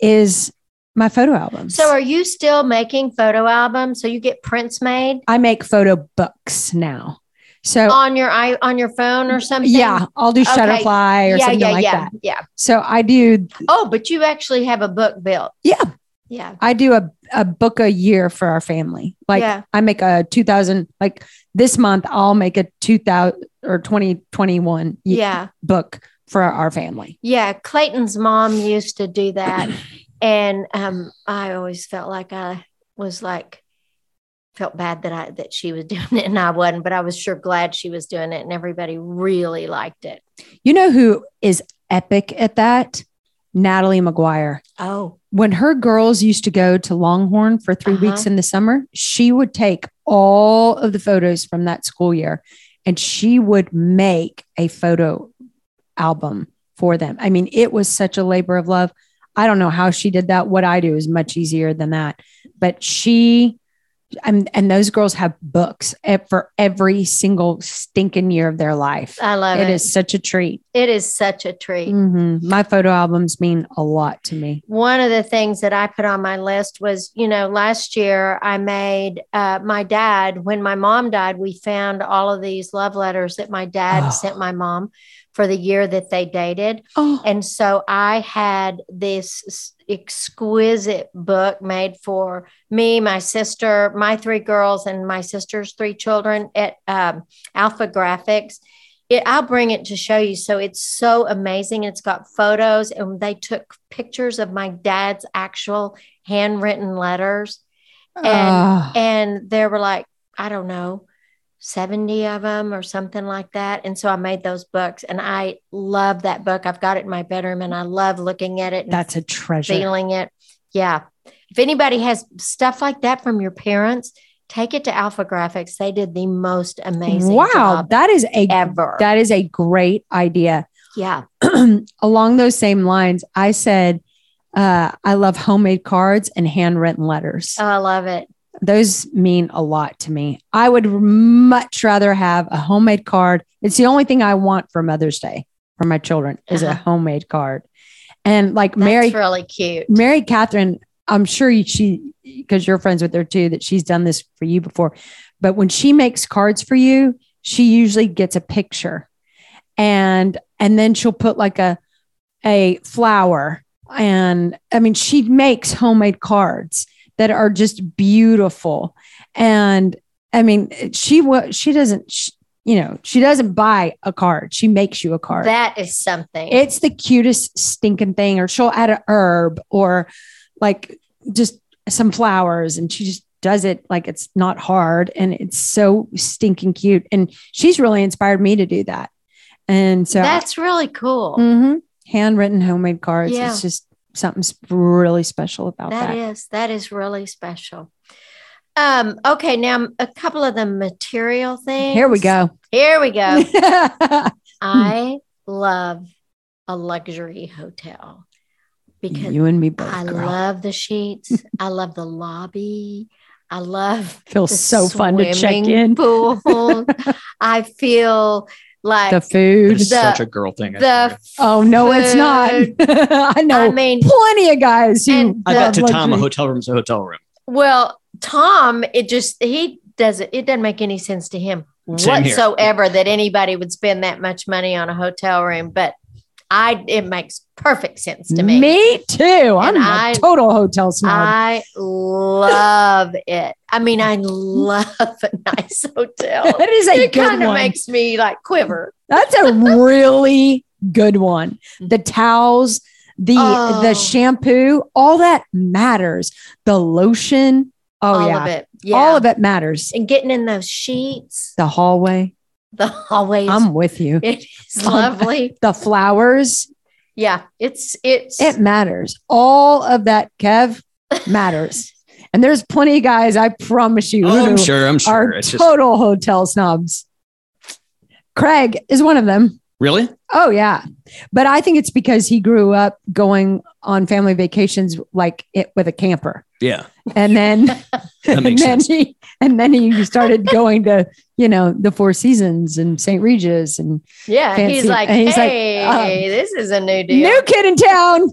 Speaker 1: is my photo albums.
Speaker 2: So, are you still making photo albums? So you get prints made
Speaker 1: I make photo books now. So
Speaker 2: on your i on your phone or something?
Speaker 1: Oh. yeah, I'll do
Speaker 2: Um, Okay.
Speaker 1: Shutterfly or
Speaker 2: yeah,
Speaker 1: something
Speaker 2: yeah,
Speaker 1: like
Speaker 2: yeah,
Speaker 1: that.
Speaker 2: yeah.
Speaker 1: So I do
Speaker 2: Oh, but you actually have a book built.
Speaker 1: Yeah.
Speaker 2: Yeah.
Speaker 1: I do a, a book a year for our family. Like
Speaker 2: Yeah.
Speaker 1: I make a 2000 like this month I'll make a 2000 or 2021 ye-
Speaker 2: Yeah.
Speaker 1: book for our family.
Speaker 2: Yeah. Clayton's mom used to do that. and um, I always felt like I was like felt bad that I that she was *laughs* doing it and I wasn't, but I was sure glad she was doing it and everybody really liked it.
Speaker 1: You know who is epic at that? Natalie McGuire.
Speaker 2: Oh,
Speaker 1: When her girls used to go to Longhorn for 3
Speaker 2: Uh-huh.
Speaker 1: weeks in the summer, she would take all of the photos from that school year and she would make a photo album for them. I mean, it was such a labor of love. I don't know how she did that. What I do is much easier than that. But she and, and those girls have books eh, for every single stinking year of their life.
Speaker 2: I love it. Mm.
Speaker 1: it is such a treat.
Speaker 2: it is such a treat.
Speaker 1: Mhm. My photo albums mean a lot to me.
Speaker 2: One of the things that I put on my list was, you know, last year I made uh, my dad, when my mom died, we found all of these love letters that my dad
Speaker 1: Oh.
Speaker 2: sent my mom for the year that they dated.
Speaker 1: Oh,
Speaker 2: *gasps* And so I had this s- exquisite book made for me, my sister, my three girls, and my sister's three children at um, Alpha Graphics. It, I'll bring it to show you. So it's so amazing. It's got photos, and they took pictures of my dad's actual handwritten letters.
Speaker 1: Ah.
Speaker 2: And there were like, I don't know, 70 of them or something like that. And so I made those books and I love that book. I've got it in my bedroom and I love looking at it and
Speaker 1: that's a treasure.
Speaker 2: feeling it. Yeah. If anybody has stuff like that from your parents, take it to Alpha Graphics. They did the most amazing
Speaker 1: wow,
Speaker 2: job
Speaker 1: that is a
Speaker 2: ever.
Speaker 1: that is a great idea. *clears throat*
Speaker 2: yeah.
Speaker 1: Along those same lines, I said uh, I love homemade cards and handwritten letters.
Speaker 2: Oh, I love it.
Speaker 1: Those mean a lot to me. I would much rather have a homemade card. It's the only thing I want for Mother's Day for my children is a
Speaker 2: Uh-huh.
Speaker 1: homemade card. And like
Speaker 2: That's
Speaker 1: Mary
Speaker 2: really cute.
Speaker 1: Mary Catherine, I'm sure you- she, because you're friends with her too, that she's done this for you before. But when she makes cards for you, she usually gets a picture, and and then she'll put like a a flower, and I mean she makes homemade cards that are just beautiful, and I mean she wa she doesn't. sh you know, she doesn't buy a card. She makes you a card.
Speaker 2: That is something.
Speaker 1: It's the cutest stinking thing. Or she'll add a herb or like just some flowers and she just does it like it's not hard and it's so stinking cute. And she's really inspired me to do that. And so
Speaker 2: That's really cool.
Speaker 1: Mhm. handwritten homemade cards
Speaker 2: Mm-hmm. Yeah.
Speaker 1: is just something sp- really special about that.
Speaker 2: That is that is really special. Um, okay, now a couple of the material things.
Speaker 1: Here we go.
Speaker 2: Here
Speaker 1: *laughs*
Speaker 2: we go. I love a luxury hotel because
Speaker 1: you and me both.
Speaker 2: I
Speaker 1: girl.
Speaker 2: love the sheets.
Speaker 1: *laughs*
Speaker 2: I love the lobby. I love the
Speaker 1: Feels so fun to check
Speaker 2: swimming
Speaker 1: in. *laughs*
Speaker 2: Pool. I feel like
Speaker 1: The food.
Speaker 2: The-
Speaker 4: such a girl thing. I tell you.
Speaker 2: the
Speaker 1: Oh no, it's not.
Speaker 2: food.
Speaker 1: *laughs* I know.
Speaker 2: I mean,
Speaker 1: plenty of guys who
Speaker 2: And
Speaker 4: I bet
Speaker 1: love
Speaker 4: to Tom, a
Speaker 1: luxury.
Speaker 4: hotel room's a hotel room.
Speaker 2: Well, Tom, it just he doesn't it doesn't make any sense to him
Speaker 4: Same here.
Speaker 2: whatsoever that anybody would spend that much money on a hotel room, but I it makes perfect sense to me.
Speaker 1: too. I'm
Speaker 2: And
Speaker 1: a
Speaker 2: I-
Speaker 1: total hotel snob.
Speaker 2: I love it. I mean, I love a nice
Speaker 1: *laughs*
Speaker 2: hotel.
Speaker 1: that is a
Speaker 2: It
Speaker 1: good
Speaker 2: kind of
Speaker 1: one.
Speaker 2: makes me like quiver.
Speaker 1: That's a really good one. The towels, the
Speaker 2: Mm-hmm. Oh.
Speaker 1: the shampoo, all that matters. The lotion. Oh
Speaker 2: all
Speaker 1: yeah.
Speaker 2: of it. Yeah.
Speaker 1: all of it matters.
Speaker 2: and getting in those sheets,
Speaker 1: The hallway.
Speaker 2: the hallways.
Speaker 1: I'm with you. *laughs*
Speaker 2: it is lovely.
Speaker 1: The flowers.
Speaker 2: Yeah. It's it's
Speaker 1: It matters. All of that, Kev,
Speaker 2: *laughs*
Speaker 1: matters. and there's plenty of guys. I promise you.
Speaker 4: Oh,
Speaker 1: who
Speaker 4: I'm sure. I'm sure.
Speaker 1: are
Speaker 4: It's just
Speaker 1: total hotel snobs. Craig is one of them.
Speaker 4: really.
Speaker 1: Oh yeah, but I think it's because he grew up going on family vacations like it with a camper,
Speaker 4: Yeah,
Speaker 1: and then
Speaker 4: *laughs* that
Speaker 1: and
Speaker 4: makes
Speaker 1: then
Speaker 4: sense.
Speaker 1: he and then he started going to you know the Four Seasons and St. Regis and
Speaker 2: Yeah,
Speaker 1: Fancy-
Speaker 2: he's like,
Speaker 1: and he's like,
Speaker 2: hey,
Speaker 1: um,
Speaker 2: this is a new deal.
Speaker 1: new kid in town.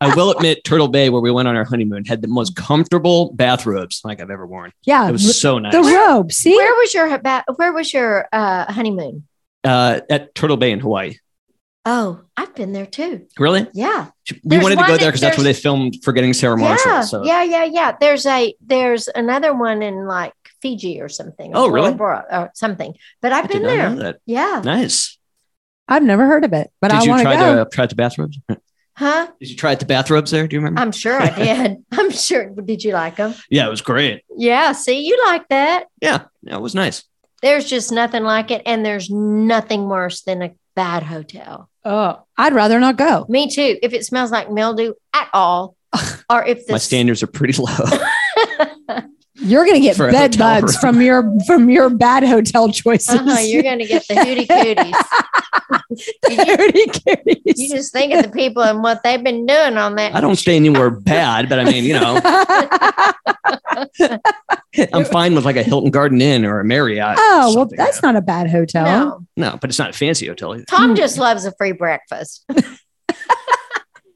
Speaker 4: I will admit, Turtle Bay, where we went on our honeymoon, had the most comfortable bathrobes like I've ever worn.
Speaker 1: Yeah,
Speaker 4: It was so nice.
Speaker 1: Uh, the robe. See,
Speaker 2: Where was your ho- ba- Where was your uh, honeymoon?
Speaker 4: Uh, at Turtle Bay in Hawaii.
Speaker 2: Oh, I've been there too.
Speaker 4: Really?
Speaker 2: Yeah,
Speaker 4: We
Speaker 2: There's
Speaker 4: wanted to
Speaker 2: one
Speaker 4: go
Speaker 2: that-
Speaker 4: there because that's where they filmed Forgetting Sarah Marshall.
Speaker 2: yeah,
Speaker 4: so
Speaker 2: yeah, yeah, yeah. There's a there's another one in like Fiji or something.
Speaker 4: Oh,
Speaker 2: or
Speaker 4: really?
Speaker 2: Bora Bora or something. But I've
Speaker 4: I
Speaker 2: been
Speaker 4: did not know
Speaker 2: there.
Speaker 4: that.
Speaker 2: Yeah.
Speaker 4: Nice.
Speaker 1: I've never heard of it, but
Speaker 4: Did
Speaker 1: I
Speaker 4: you
Speaker 1: want to
Speaker 4: try
Speaker 1: go.
Speaker 4: the try the bathrobes?
Speaker 2: Huh?
Speaker 4: Did you try out the bathrobes there? Do you remember?
Speaker 2: I'm sure
Speaker 4: *laughs*
Speaker 2: I did. I'm sure. Did you like them?
Speaker 4: yeah, it was great.
Speaker 2: Yeah. See, you like that.
Speaker 4: Yeah, yeah, it was nice.
Speaker 2: There's just nothing like it. And there's nothing worse than a bad hotel.
Speaker 1: Oh, I'd rather not go.
Speaker 2: Me too. If it smells like mildew at
Speaker 4: *laughs*
Speaker 2: all, or if the
Speaker 4: My standards are pretty *laughs* low.
Speaker 1: You're gonna get
Speaker 4: For a
Speaker 1: bed
Speaker 4: hotel
Speaker 1: bugs
Speaker 4: room.
Speaker 1: from your from your bad hotel choices.
Speaker 2: Uh-huh, you're going to get the hootie cooties.
Speaker 1: *laughs*
Speaker 4: *laughs*
Speaker 1: Dirty kitties.
Speaker 2: You just think of the people and what they've been doing on that.
Speaker 4: I don't stay anywhere bad, but I mean, you
Speaker 1: *laughs*
Speaker 4: know,
Speaker 1: Oh,
Speaker 2: *laughs*
Speaker 4: I'm fine with like a Hilton Garden Inn or a Marriott.
Speaker 1: oh
Speaker 4: or
Speaker 1: well,
Speaker 4: something,
Speaker 1: that's
Speaker 4: you
Speaker 1: not a bad hotel.
Speaker 2: No.
Speaker 4: know? Hmm. no, but it's not a fancy hotel. either.
Speaker 2: Tom just loves a free breakfast.
Speaker 4: *laughs*
Speaker 2: he used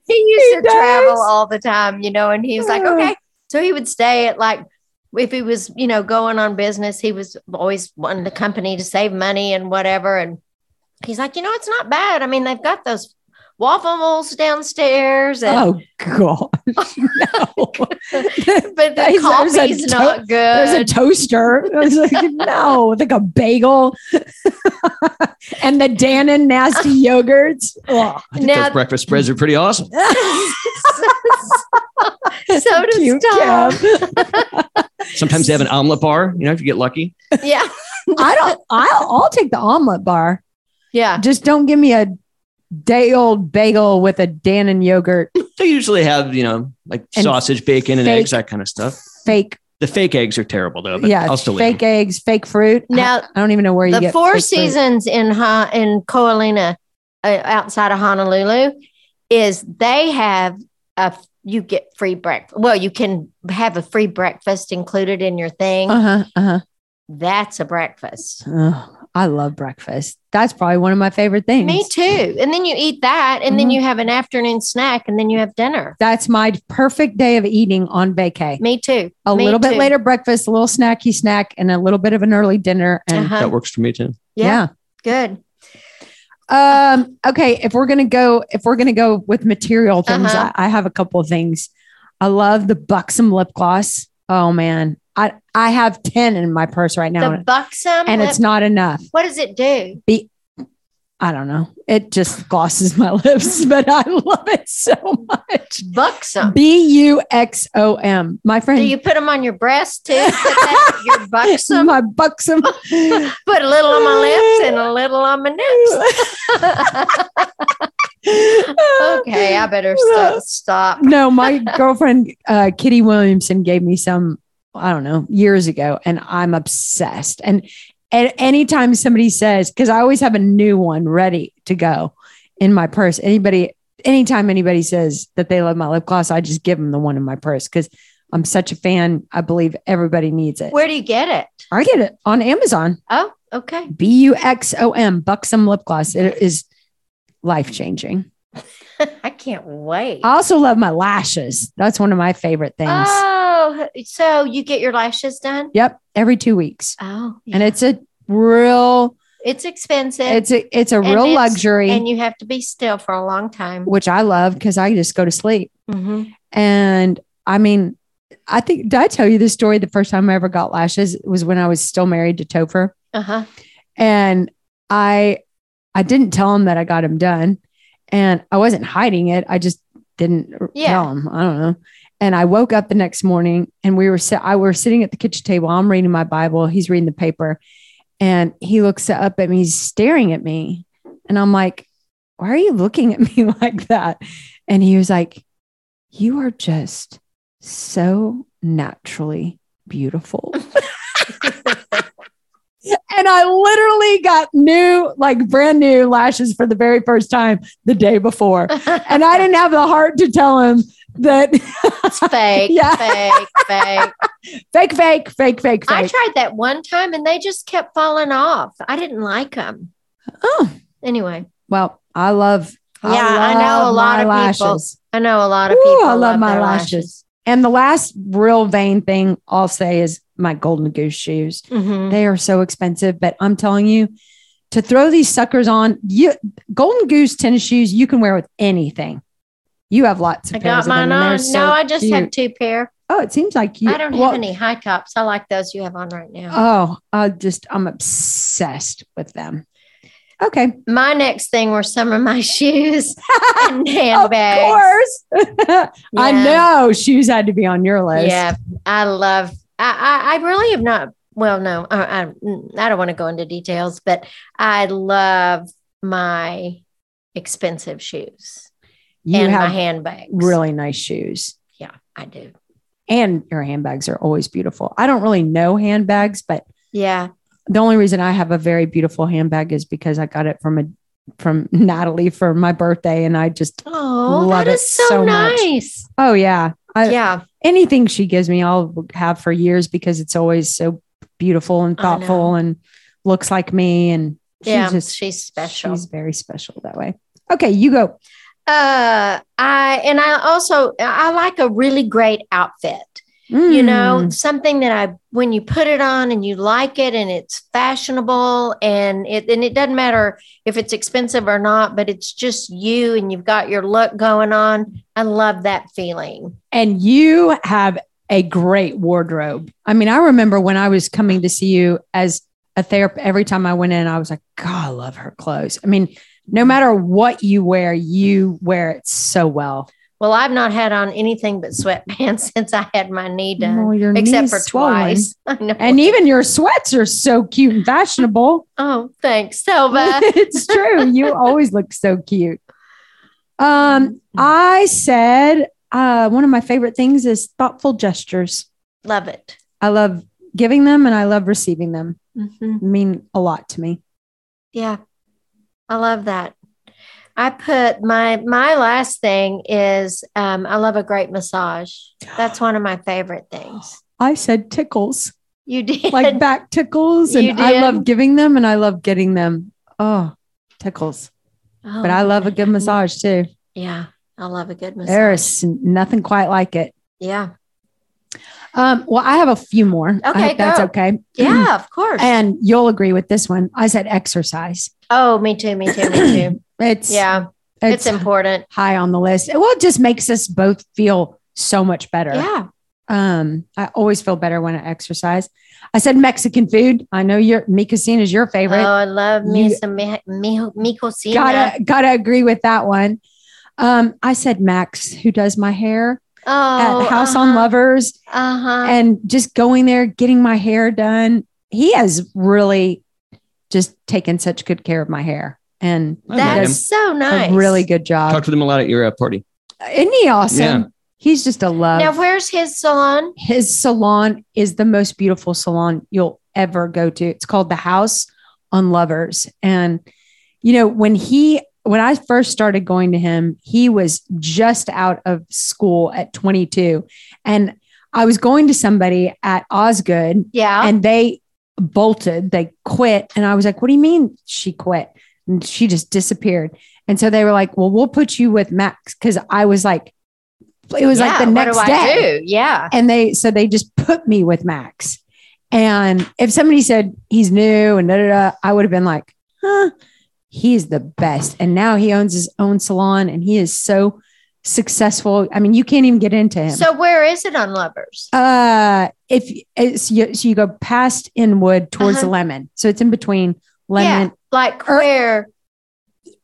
Speaker 1: He
Speaker 2: to travel
Speaker 1: does.
Speaker 2: all the time, you know, and he was like,
Speaker 1: Oh.
Speaker 2: okay. So he would stay at like, if he was, you know, going on business, he was always wanting the company to save money and whatever. And he's like, you know, it's not bad. I mean, they've got those waffles downstairs, and,
Speaker 1: Oh god,
Speaker 2: *laughs*
Speaker 1: no.
Speaker 2: but the
Speaker 1: Oh, There's a
Speaker 2: coffee's
Speaker 1: to-
Speaker 2: not good.
Speaker 1: There's a toaster. I was like, no, like a bagel, *laughs* and the Dannon nasty
Speaker 2: *laughs*
Speaker 1: yogurts. *laughs* Ugh.
Speaker 4: I think
Speaker 2: Now-
Speaker 4: those breakfast spreads are
Speaker 2: *laughs*
Speaker 4: pretty awesome.
Speaker 2: so does
Speaker 1: Cute
Speaker 2: Tom.
Speaker 1: Kev.
Speaker 4: Sometimes they have an omelet bar, you know, if you get lucky.
Speaker 2: Yeah.
Speaker 1: I don't. I'll, I'll take the omelet bar. *laughs*
Speaker 2: Yeah.
Speaker 1: Just don't give me a day old bagel with a Dannon yogurt
Speaker 4: They usually have, you know, like
Speaker 1: And
Speaker 4: sausage, bacon, and
Speaker 1: fake-
Speaker 4: eggs, that kind of stuff.
Speaker 1: fake.
Speaker 4: The fake eggs are terrible though, but
Speaker 1: yeah,
Speaker 4: I'll still eat
Speaker 1: fake eggs, fake fruit. I-
Speaker 2: Now,
Speaker 1: I, don't even know where you
Speaker 2: the
Speaker 1: get
Speaker 2: Four
Speaker 1: fake fruit.
Speaker 2: Seasons in ha- in Koalina, uh, outside of Honolulu, is they have a you get free breakfast. Well, you can have a free breakfast included in your thing.
Speaker 1: Uh-huh, uh-huh.
Speaker 2: That's a breakfast.
Speaker 1: Ugh, I love breakfast. That's probably one of my favorite things.
Speaker 2: Me too. And then you eat that, and
Speaker 1: Mm-hmm.
Speaker 2: then you have an afternoon snack, and then you have dinner.
Speaker 1: That's my perfect day of eating on vacay.
Speaker 2: Me too.
Speaker 1: A
Speaker 2: Me
Speaker 1: little bit
Speaker 2: too.
Speaker 1: later breakfast, a little snacky snack, and a little bit of an early dinner. And
Speaker 2: Uh-huh.
Speaker 4: That works for me too.
Speaker 2: Yeah. Good.
Speaker 1: yeah. Um, okay, if we're gonna go, if we're gonna go with material things,
Speaker 2: Uh-huh.
Speaker 1: I, I have a couple of things. I love the buxom lip gloss. Oh man. I I have 10 in my purse right now.
Speaker 2: The buxom.
Speaker 1: and it's
Speaker 2: lip-
Speaker 1: not enough.
Speaker 2: what does it do?
Speaker 1: I don't know. It just glosses my *laughs* lips, but I love it so much.
Speaker 2: Buxom.
Speaker 1: B U X O M. My
Speaker 2: Do
Speaker 1: friend,
Speaker 2: you put them on your breast too? Put that-
Speaker 1: *laughs*
Speaker 2: your buxom.
Speaker 1: my
Speaker 2: *laughs*
Speaker 1: buxom.
Speaker 2: Put a little on my lips and a little on my nips. okay, I
Speaker 1: *laughs*
Speaker 2: better st- stop.
Speaker 1: no, my girlfriend uh, Kitty Williamson gave me some. I don't know years ago, and I'm obsessed. And and anytime somebody says, because I always have a new one ready to go in my purse. Anybody, anytime anybody says that they love my lip gloss, I just give them the one in my purse because I'm such a fan. I believe everybody needs it.
Speaker 2: Where do you get it?
Speaker 1: I get it on Amazon.
Speaker 2: Oh, okay.
Speaker 1: B U X O M Buxom lip gloss. It is life changing.
Speaker 2: I can't wait.
Speaker 1: I also love my lashes. That's one of my favorite things.
Speaker 2: Oh, so you get your lashes done?
Speaker 1: Yep, every two weeks,
Speaker 2: Oh,
Speaker 1: and
Speaker 2: yeah.
Speaker 1: it's a real
Speaker 2: it's expensive,
Speaker 1: it's a it's a real
Speaker 2: it's-
Speaker 1: luxury,
Speaker 2: and you have to be still for a long time.
Speaker 1: which I love because I just go to sleep.
Speaker 2: Mhm.
Speaker 1: And I mean, I think did I tell you this story? The first time I ever got lashes was when I was still married to Topher.
Speaker 2: Uh huh. *laughs*
Speaker 1: and i i didn't tell him that i got him done and i wasn't hiding it i just didn't r-
Speaker 2: Yeah.
Speaker 1: tell him i don't know and i woke up the next morning and we were si- i were sitting at the kitchen table i'm reading my bible he's reading the paper and he looks up at me he's staring at me and i'm like why are you looking at *laughs* me like that and he was like you are just so naturally beautiful and I literally got new, like brand new lashes for the very first time the day
Speaker 2: *laughs*
Speaker 1: before. And I didn't have the heart to tell him that *laughs*
Speaker 2: It's fake,
Speaker 1: Yeah.
Speaker 2: fake,
Speaker 1: *laughs*
Speaker 2: fake.
Speaker 1: fake, fake, fake, fake,
Speaker 2: I
Speaker 1: fake.
Speaker 2: tried that one time and they just kept falling off. I didn't like them.
Speaker 1: Oh.
Speaker 2: Anyway,
Speaker 1: well, I love.
Speaker 2: Yeah, I know a
Speaker 1: love
Speaker 2: lot
Speaker 1: my
Speaker 2: of people-
Speaker 1: lashes.
Speaker 2: I know a lot of
Speaker 1: Ooh,
Speaker 2: people.
Speaker 1: I love my
Speaker 2: their
Speaker 1: lashes. And the last real vain thing I'll say is my golden goose shoes.
Speaker 2: lashes. Mhm.
Speaker 1: They are so expensive, but I'm telling you, to throw these suckers on, you golden goose tennis shoes you can wear with anything. You have lots of
Speaker 2: I
Speaker 1: pairs
Speaker 2: got
Speaker 1: of them,
Speaker 2: mine
Speaker 1: and they're
Speaker 2: on.
Speaker 1: so
Speaker 2: no, I just have
Speaker 1: cute.
Speaker 2: two pair.
Speaker 1: Oh, it seems like you.
Speaker 2: I don't
Speaker 1: well, Uh,
Speaker 2: have any high tops. I like those you have on right now.
Speaker 1: Oh, I just I'm obsessed with them. Okay.
Speaker 2: My next thing were some of
Speaker 1: *laughs*
Speaker 2: my *laughs* shoes and
Speaker 1: Of
Speaker 2: handbags.
Speaker 1: course. *laughs* I
Speaker 2: Yeah.
Speaker 1: know shoes had to be on your list.
Speaker 2: Yeah, I love. I, I I really have not. Well, no, I I, I don't want to go into details, but I love my expensive shoes
Speaker 1: You
Speaker 2: and my
Speaker 1: have
Speaker 2: handbags.
Speaker 1: really nice shoes.
Speaker 2: Yeah, I do.
Speaker 1: And your handbags are always beautiful. I don't really know handbags, but
Speaker 2: Yeah,
Speaker 1: the only reason I have a very beautiful handbag is because I got it from a from *laughs* Natalie for my birthday and I just
Speaker 2: Oh,
Speaker 1: Love
Speaker 2: that
Speaker 1: it
Speaker 2: is so,
Speaker 1: so much.
Speaker 2: nice.
Speaker 1: oh yeah. I-
Speaker 2: yeah.
Speaker 1: Anything she gives me I'll have for years because it's always so beautiful and
Speaker 2: I
Speaker 1: thoughtful and looks like me and she's
Speaker 2: yeah.
Speaker 1: just
Speaker 2: she's special.
Speaker 1: She's very special that way. Okay, you go.
Speaker 2: uh, I, and I also, I like a really great outfit, you know,
Speaker 1: Mm,
Speaker 2: something that I, when you put it on and you like it and it's fashionable and it, and it doesn't matter if it's expensive or not, but it's just you and you've got your look going on. I love that feeling.
Speaker 1: And you have a great wardrobe. I mean, I remember when I was coming to see you as a therapist, every time I went in, I was like, God, I love her clothes. I mean, no matter what you wear, you wear it so well.
Speaker 2: Well, I've not had on anything but sweatpants *laughs* since I had my knee done,
Speaker 1: Well, Oh, your
Speaker 2: except
Speaker 1: knee's
Speaker 2: for
Speaker 1: swollen.
Speaker 2: twice. *laughs* I know.
Speaker 1: And even your sweats are so cute and fashionable.
Speaker 2: Oh, thanks, *laughs* Silva.
Speaker 1: *laughs* it's true. You always look so cute. Um, I said uh, one of my favorite things is thoughtful gestures.
Speaker 2: Love it.
Speaker 1: I love giving them and I love receiving them.
Speaker 2: hmm
Speaker 1: Mean a lot to me.
Speaker 2: Yeah, I love that. I put my my last thing is um, I love a great massage.
Speaker 1: *gasps*
Speaker 2: That's one of my favorite things.
Speaker 1: I said tickles,
Speaker 2: You did *laughs*
Speaker 1: like back tickles,
Speaker 2: You
Speaker 1: and
Speaker 2: did?
Speaker 1: I love giving them and I love getting them. Oh, tickles.
Speaker 2: Oh,
Speaker 1: But I love a good massage too.
Speaker 2: Yeah, I love a good massage.
Speaker 1: There's nothing quite like it.
Speaker 2: Yeah,
Speaker 1: Um, well, I have a few more. I
Speaker 2: Okay,
Speaker 1: hope that's
Speaker 2: go.
Speaker 1: okay.
Speaker 2: yeah, of
Speaker 1: *clears throat*
Speaker 2: course.
Speaker 1: And you'll agree with this one. I said exercise.
Speaker 2: oh, me too, me too, me too.
Speaker 1: *coughs* *clears throat* It's
Speaker 2: Yeah,
Speaker 1: it's,
Speaker 2: it's, important.
Speaker 1: high on the list. Well, it just makes us both feel so much better.
Speaker 2: Yeah,
Speaker 1: Um, I always feel better when I exercise. I said Mexican food. I know your Mikocine is your
Speaker 2: oh,
Speaker 1: favorite.
Speaker 2: I love me
Speaker 1: You-
Speaker 2: some mi- mi- mi cocina.
Speaker 1: gotta gotta agree with that one. Um, I said Max, who does my hair
Speaker 2: oh,
Speaker 1: at House on Lovers,
Speaker 2: Uh huh.
Speaker 1: and just going there, getting my hair done. He has really just taken such good care of my hair and
Speaker 4: I met him.
Speaker 2: That's so nice.
Speaker 1: a really good job.
Speaker 4: Talked with him a lot at your uh, party.
Speaker 1: Isn't he awesome?
Speaker 4: Yeah.
Speaker 1: He's just a love.
Speaker 2: Now, where's his salon?
Speaker 1: his salon is the most beautiful salon you'll ever go to. It's called the House on Lovers. And you know, when he when I first started going to him, he was just out of school at 22 and I was going to somebody at Osgood
Speaker 2: Yeah.
Speaker 1: and they bolted, they quit. And I was like, what do you mean she quit? And she just disappeared. And so they were like, well, we'll put you with Max. Cause I was like, it was like
Speaker 2: Yeah,
Speaker 1: the next
Speaker 2: what do
Speaker 1: day.
Speaker 2: I do? Yeah.
Speaker 1: And they so they just put me with Max. And if somebody said he's new and da da da, I would have been like, huh, he's the best. And now he owns his own salon and he is so successful. I mean, you can't even get into him.
Speaker 2: So where is it on Lovers?
Speaker 1: uh if it's you, so you go past Inwood towards
Speaker 2: Uh-huh.
Speaker 1: Lemon. So it's in between Lemon.
Speaker 2: like
Speaker 1: er-
Speaker 2: where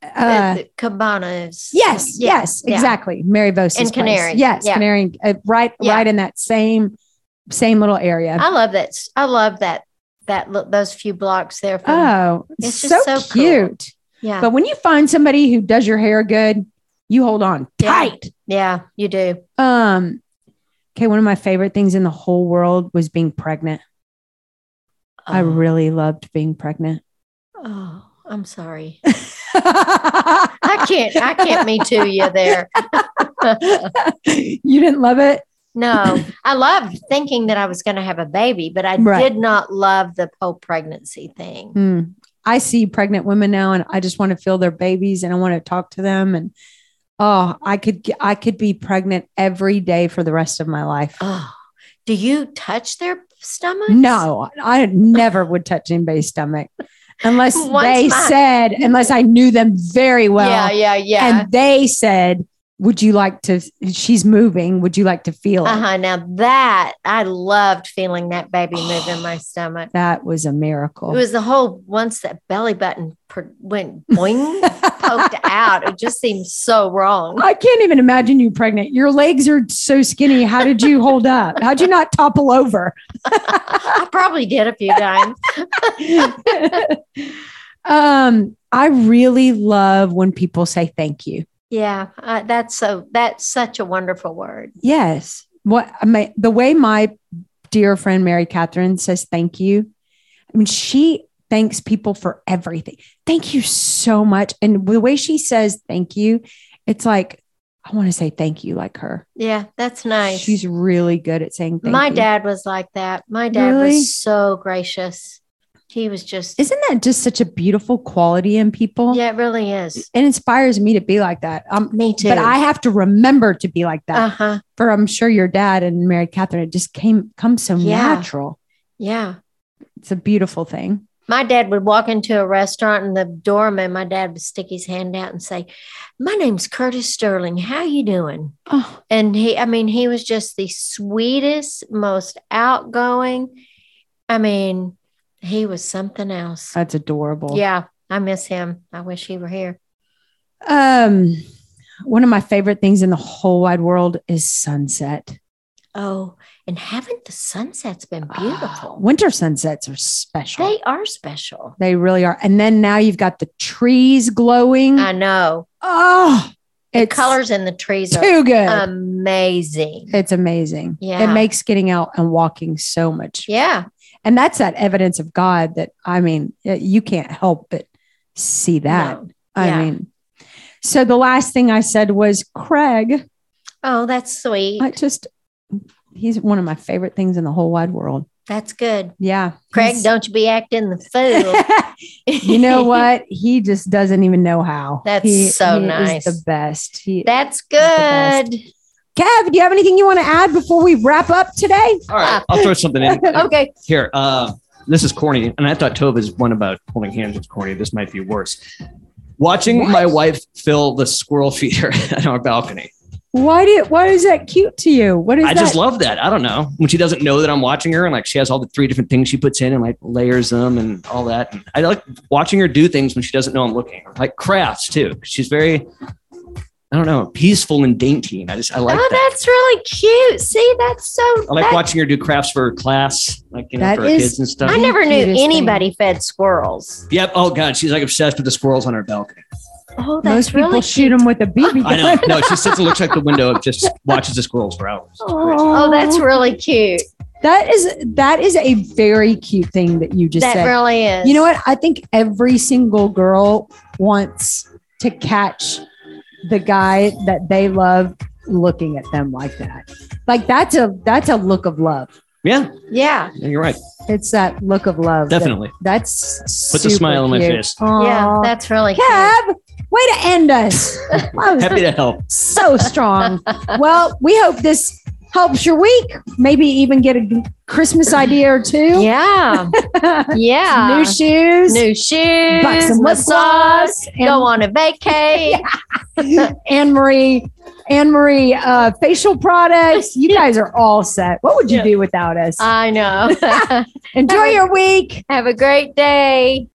Speaker 1: Uh,
Speaker 2: the Cabanas?
Speaker 1: Yes,
Speaker 2: Yeah,
Speaker 1: yes,
Speaker 2: yeah.
Speaker 1: exactly. Mary Vosa's
Speaker 2: And Canary,
Speaker 1: Place. Yes,
Speaker 2: yeah.
Speaker 1: Canary, uh, right,
Speaker 2: Yeah.
Speaker 1: right in that same, same little area.
Speaker 2: I love that. I love that that look, those few blocks there. From,
Speaker 1: Oh, it's,
Speaker 2: It's
Speaker 1: so,
Speaker 2: just so cool.
Speaker 1: cute.
Speaker 2: yeah,
Speaker 1: But when you find somebody who does your hair good, you hold on
Speaker 2: Yeah.
Speaker 1: tight.
Speaker 2: yeah, you do.
Speaker 1: Um, okay, one of my favorite things in the whole world was being pregnant. I
Speaker 2: Oh,
Speaker 1: really loved being pregnant. *laughs*
Speaker 2: oh, I'm sorry. I
Speaker 1: I
Speaker 2: can't. I can't. Me too. You there?
Speaker 1: you didn't love it?
Speaker 2: No, I loved thinking that I was going to have a baby, but I
Speaker 1: Right.
Speaker 2: did not love the whole pregnancy thing.
Speaker 1: Hmm. I see pregnant women now, and I just want to feel their babies, and I want to talk to them. And oh, I could get- I could be pregnant every day for the rest of my life.
Speaker 2: Oh, do you touch their stomachs?
Speaker 1: No, I never would touch anybody's stomach unless
Speaker 2: *laughs* Once
Speaker 1: they
Speaker 2: my-
Speaker 1: said, unless I knew them very well.
Speaker 2: yeah, yeah, yeah.
Speaker 1: And they said, would you like to? She's moving. Would you like to feel it?
Speaker 2: Uh huh. Now that I loved feeling that baby move
Speaker 1: *sighs*
Speaker 2: in my stomach.
Speaker 1: That was a miracle. *laughs*
Speaker 2: It was the whole once that belly button per, went
Speaker 1: *laughs*
Speaker 2: boing poked out. It just seemed so wrong.
Speaker 1: I can't even imagine you pregnant. Your legs are so skinny. How did you hold up? How'd you not topple over?
Speaker 2: I probably did a few times.
Speaker 1: *laughs* um, I really love when people say thank you.
Speaker 2: Yeah, uh, that's so that's such a wonderful word.
Speaker 1: Yes. What I mean, the way my dear friend Mary Catherine says thank you. I mean, she thanks people for everything. Thank you so much. And the way she says thank you, it's like, I want to say thank you like her.
Speaker 2: Yeah, that's nice.
Speaker 1: She's really good at saying thank
Speaker 2: my
Speaker 1: you.
Speaker 2: dad was like that. My dad
Speaker 1: Really?
Speaker 2: was so gracious. He was just
Speaker 1: Isn't that just such a beautiful quality in people?
Speaker 2: yeah, it really is.
Speaker 1: It inspires me to be like that. Um,
Speaker 2: Me too.
Speaker 1: but I have to remember to be like that.
Speaker 2: uh huh.
Speaker 1: For I'm sure your dad and Mary Catherine, it just came comes so
Speaker 2: Yeah.
Speaker 1: natural.
Speaker 2: Yeah.
Speaker 1: It's a beautiful thing.
Speaker 2: My dad would walk into a restaurant and the doorman, my dad would stick his hand out and say, My name's Curtis Sterling. How you doing?
Speaker 1: Oh,
Speaker 2: And he, I mean, he was just the sweetest, most outgoing. I mean, he was something else.
Speaker 1: that's adorable.
Speaker 2: Yeah, I miss him. I wish he were here.
Speaker 1: Um, one of my favorite things in the whole wide world is sunset.
Speaker 2: Oh, and haven't the sunsets been
Speaker 1: Ah,
Speaker 2: beautiful?
Speaker 1: *gasps* winter sunsets are special.
Speaker 2: They
Speaker 1: They,
Speaker 2: are special.
Speaker 1: really are. And then now you've got the trees glowing.
Speaker 2: I know.
Speaker 1: oh,
Speaker 2: The
Speaker 1: Mm-hmm. it's
Speaker 2: colors in the trees are
Speaker 1: too good.
Speaker 2: amazing.
Speaker 1: it's amazing. It
Speaker 2: Yeah.
Speaker 1: makes getting out and walking so much.
Speaker 2: Yeah.
Speaker 1: And that's that evidence of God that I mean, y- you can't help but see that.
Speaker 2: No.
Speaker 1: I
Speaker 2: yeah.
Speaker 1: mean, so the last thing I said was Craig.
Speaker 2: Oh, that's sweet.
Speaker 1: I just he's one of my favorite things in the whole wide world.
Speaker 2: That's good.
Speaker 1: Yeah.
Speaker 2: Craig,
Speaker 1: He's-
Speaker 2: don't you be acting the fool.
Speaker 1: *laughs* you
Speaker 2: *laughs*
Speaker 1: know what? He just doesn't even know how.
Speaker 2: That's
Speaker 1: He-
Speaker 2: so
Speaker 1: he is
Speaker 2: nice.
Speaker 1: the best. He,
Speaker 2: That's
Speaker 1: best.
Speaker 2: good.
Speaker 1: Kev, do you have anything you want to add before we wrap up today?
Speaker 4: All right, I'll throw something in
Speaker 2: Okay.
Speaker 4: here. Uh, this is corny, and I thought Tova's one about holding hands was corny. This might be worse. Watching
Speaker 1: What?
Speaker 4: my wife fill the squirrel feeder *laughs* at our balcony.
Speaker 1: Why did why is that cute to you? What is
Speaker 4: I
Speaker 1: that?
Speaker 4: just love that. I don't know when she doesn't know that I'm watching her, and like she has all the three different things she puts in, and like layers them and all that. And I like watching her do things when she doesn't know I'm looking, like crafts too. She's very, I don't know, peaceful and dainty, and I just I
Speaker 2: oh,
Speaker 4: like that.
Speaker 2: that's really cute. See, that's so.
Speaker 4: I like
Speaker 2: that-
Speaker 4: watching her do crafts for her class, like you know,
Speaker 1: That
Speaker 4: for her
Speaker 1: is-
Speaker 4: kids and stuff.
Speaker 2: I never knew
Speaker 1: Cutest thing.
Speaker 2: anybody fed squirrels.
Speaker 4: Yep. Oh God, she's like obsessed with the squirrels on her balcony.
Speaker 2: Oh, that's
Speaker 1: Most people
Speaker 2: really
Speaker 1: shoot him with a BB gun.
Speaker 4: I know. No, she sits and looks out the window and just watches the squirrels for hours.
Speaker 2: *laughs* Oh, that's really cute.
Speaker 1: that is that is a very cute thing that you just
Speaker 2: that
Speaker 1: said.
Speaker 2: really is.
Speaker 1: You know what? I think every single girl wants to catch the guy that they love looking at them like that. Like that's a that's a look of love.
Speaker 4: Yeah,
Speaker 2: Yeah.
Speaker 4: yeah, you're right.
Speaker 1: It's that look of love. that-
Speaker 4: Definitely.
Speaker 1: that's
Speaker 4: Puts a
Speaker 1: super
Speaker 4: smile on my
Speaker 1: cute.
Speaker 4: face.
Speaker 2: Yeah.
Speaker 1: Aw.
Speaker 2: That's really cute.
Speaker 1: Kev, way to end
Speaker 2: *laughs*
Speaker 1: us. That was
Speaker 4: Happy to help.
Speaker 1: so strong. well, we hope this helps your week. Maybe even get a Christmas idea or *laughs* two.
Speaker 2: Yeah. Yeah.
Speaker 1: New shoes.
Speaker 2: New shoes.
Speaker 1: Buy some lip
Speaker 2: massage.
Speaker 1: gloss.
Speaker 2: Go on
Speaker 1: *laughs*
Speaker 2: a vacay.
Speaker 1: Anne Marie, Anne Marie, uh, facial products. You guys are all set. What *laughs* would you do without us?
Speaker 2: Uh, I know. *laughs*
Speaker 1: Enjoy your week.
Speaker 2: Have a great day.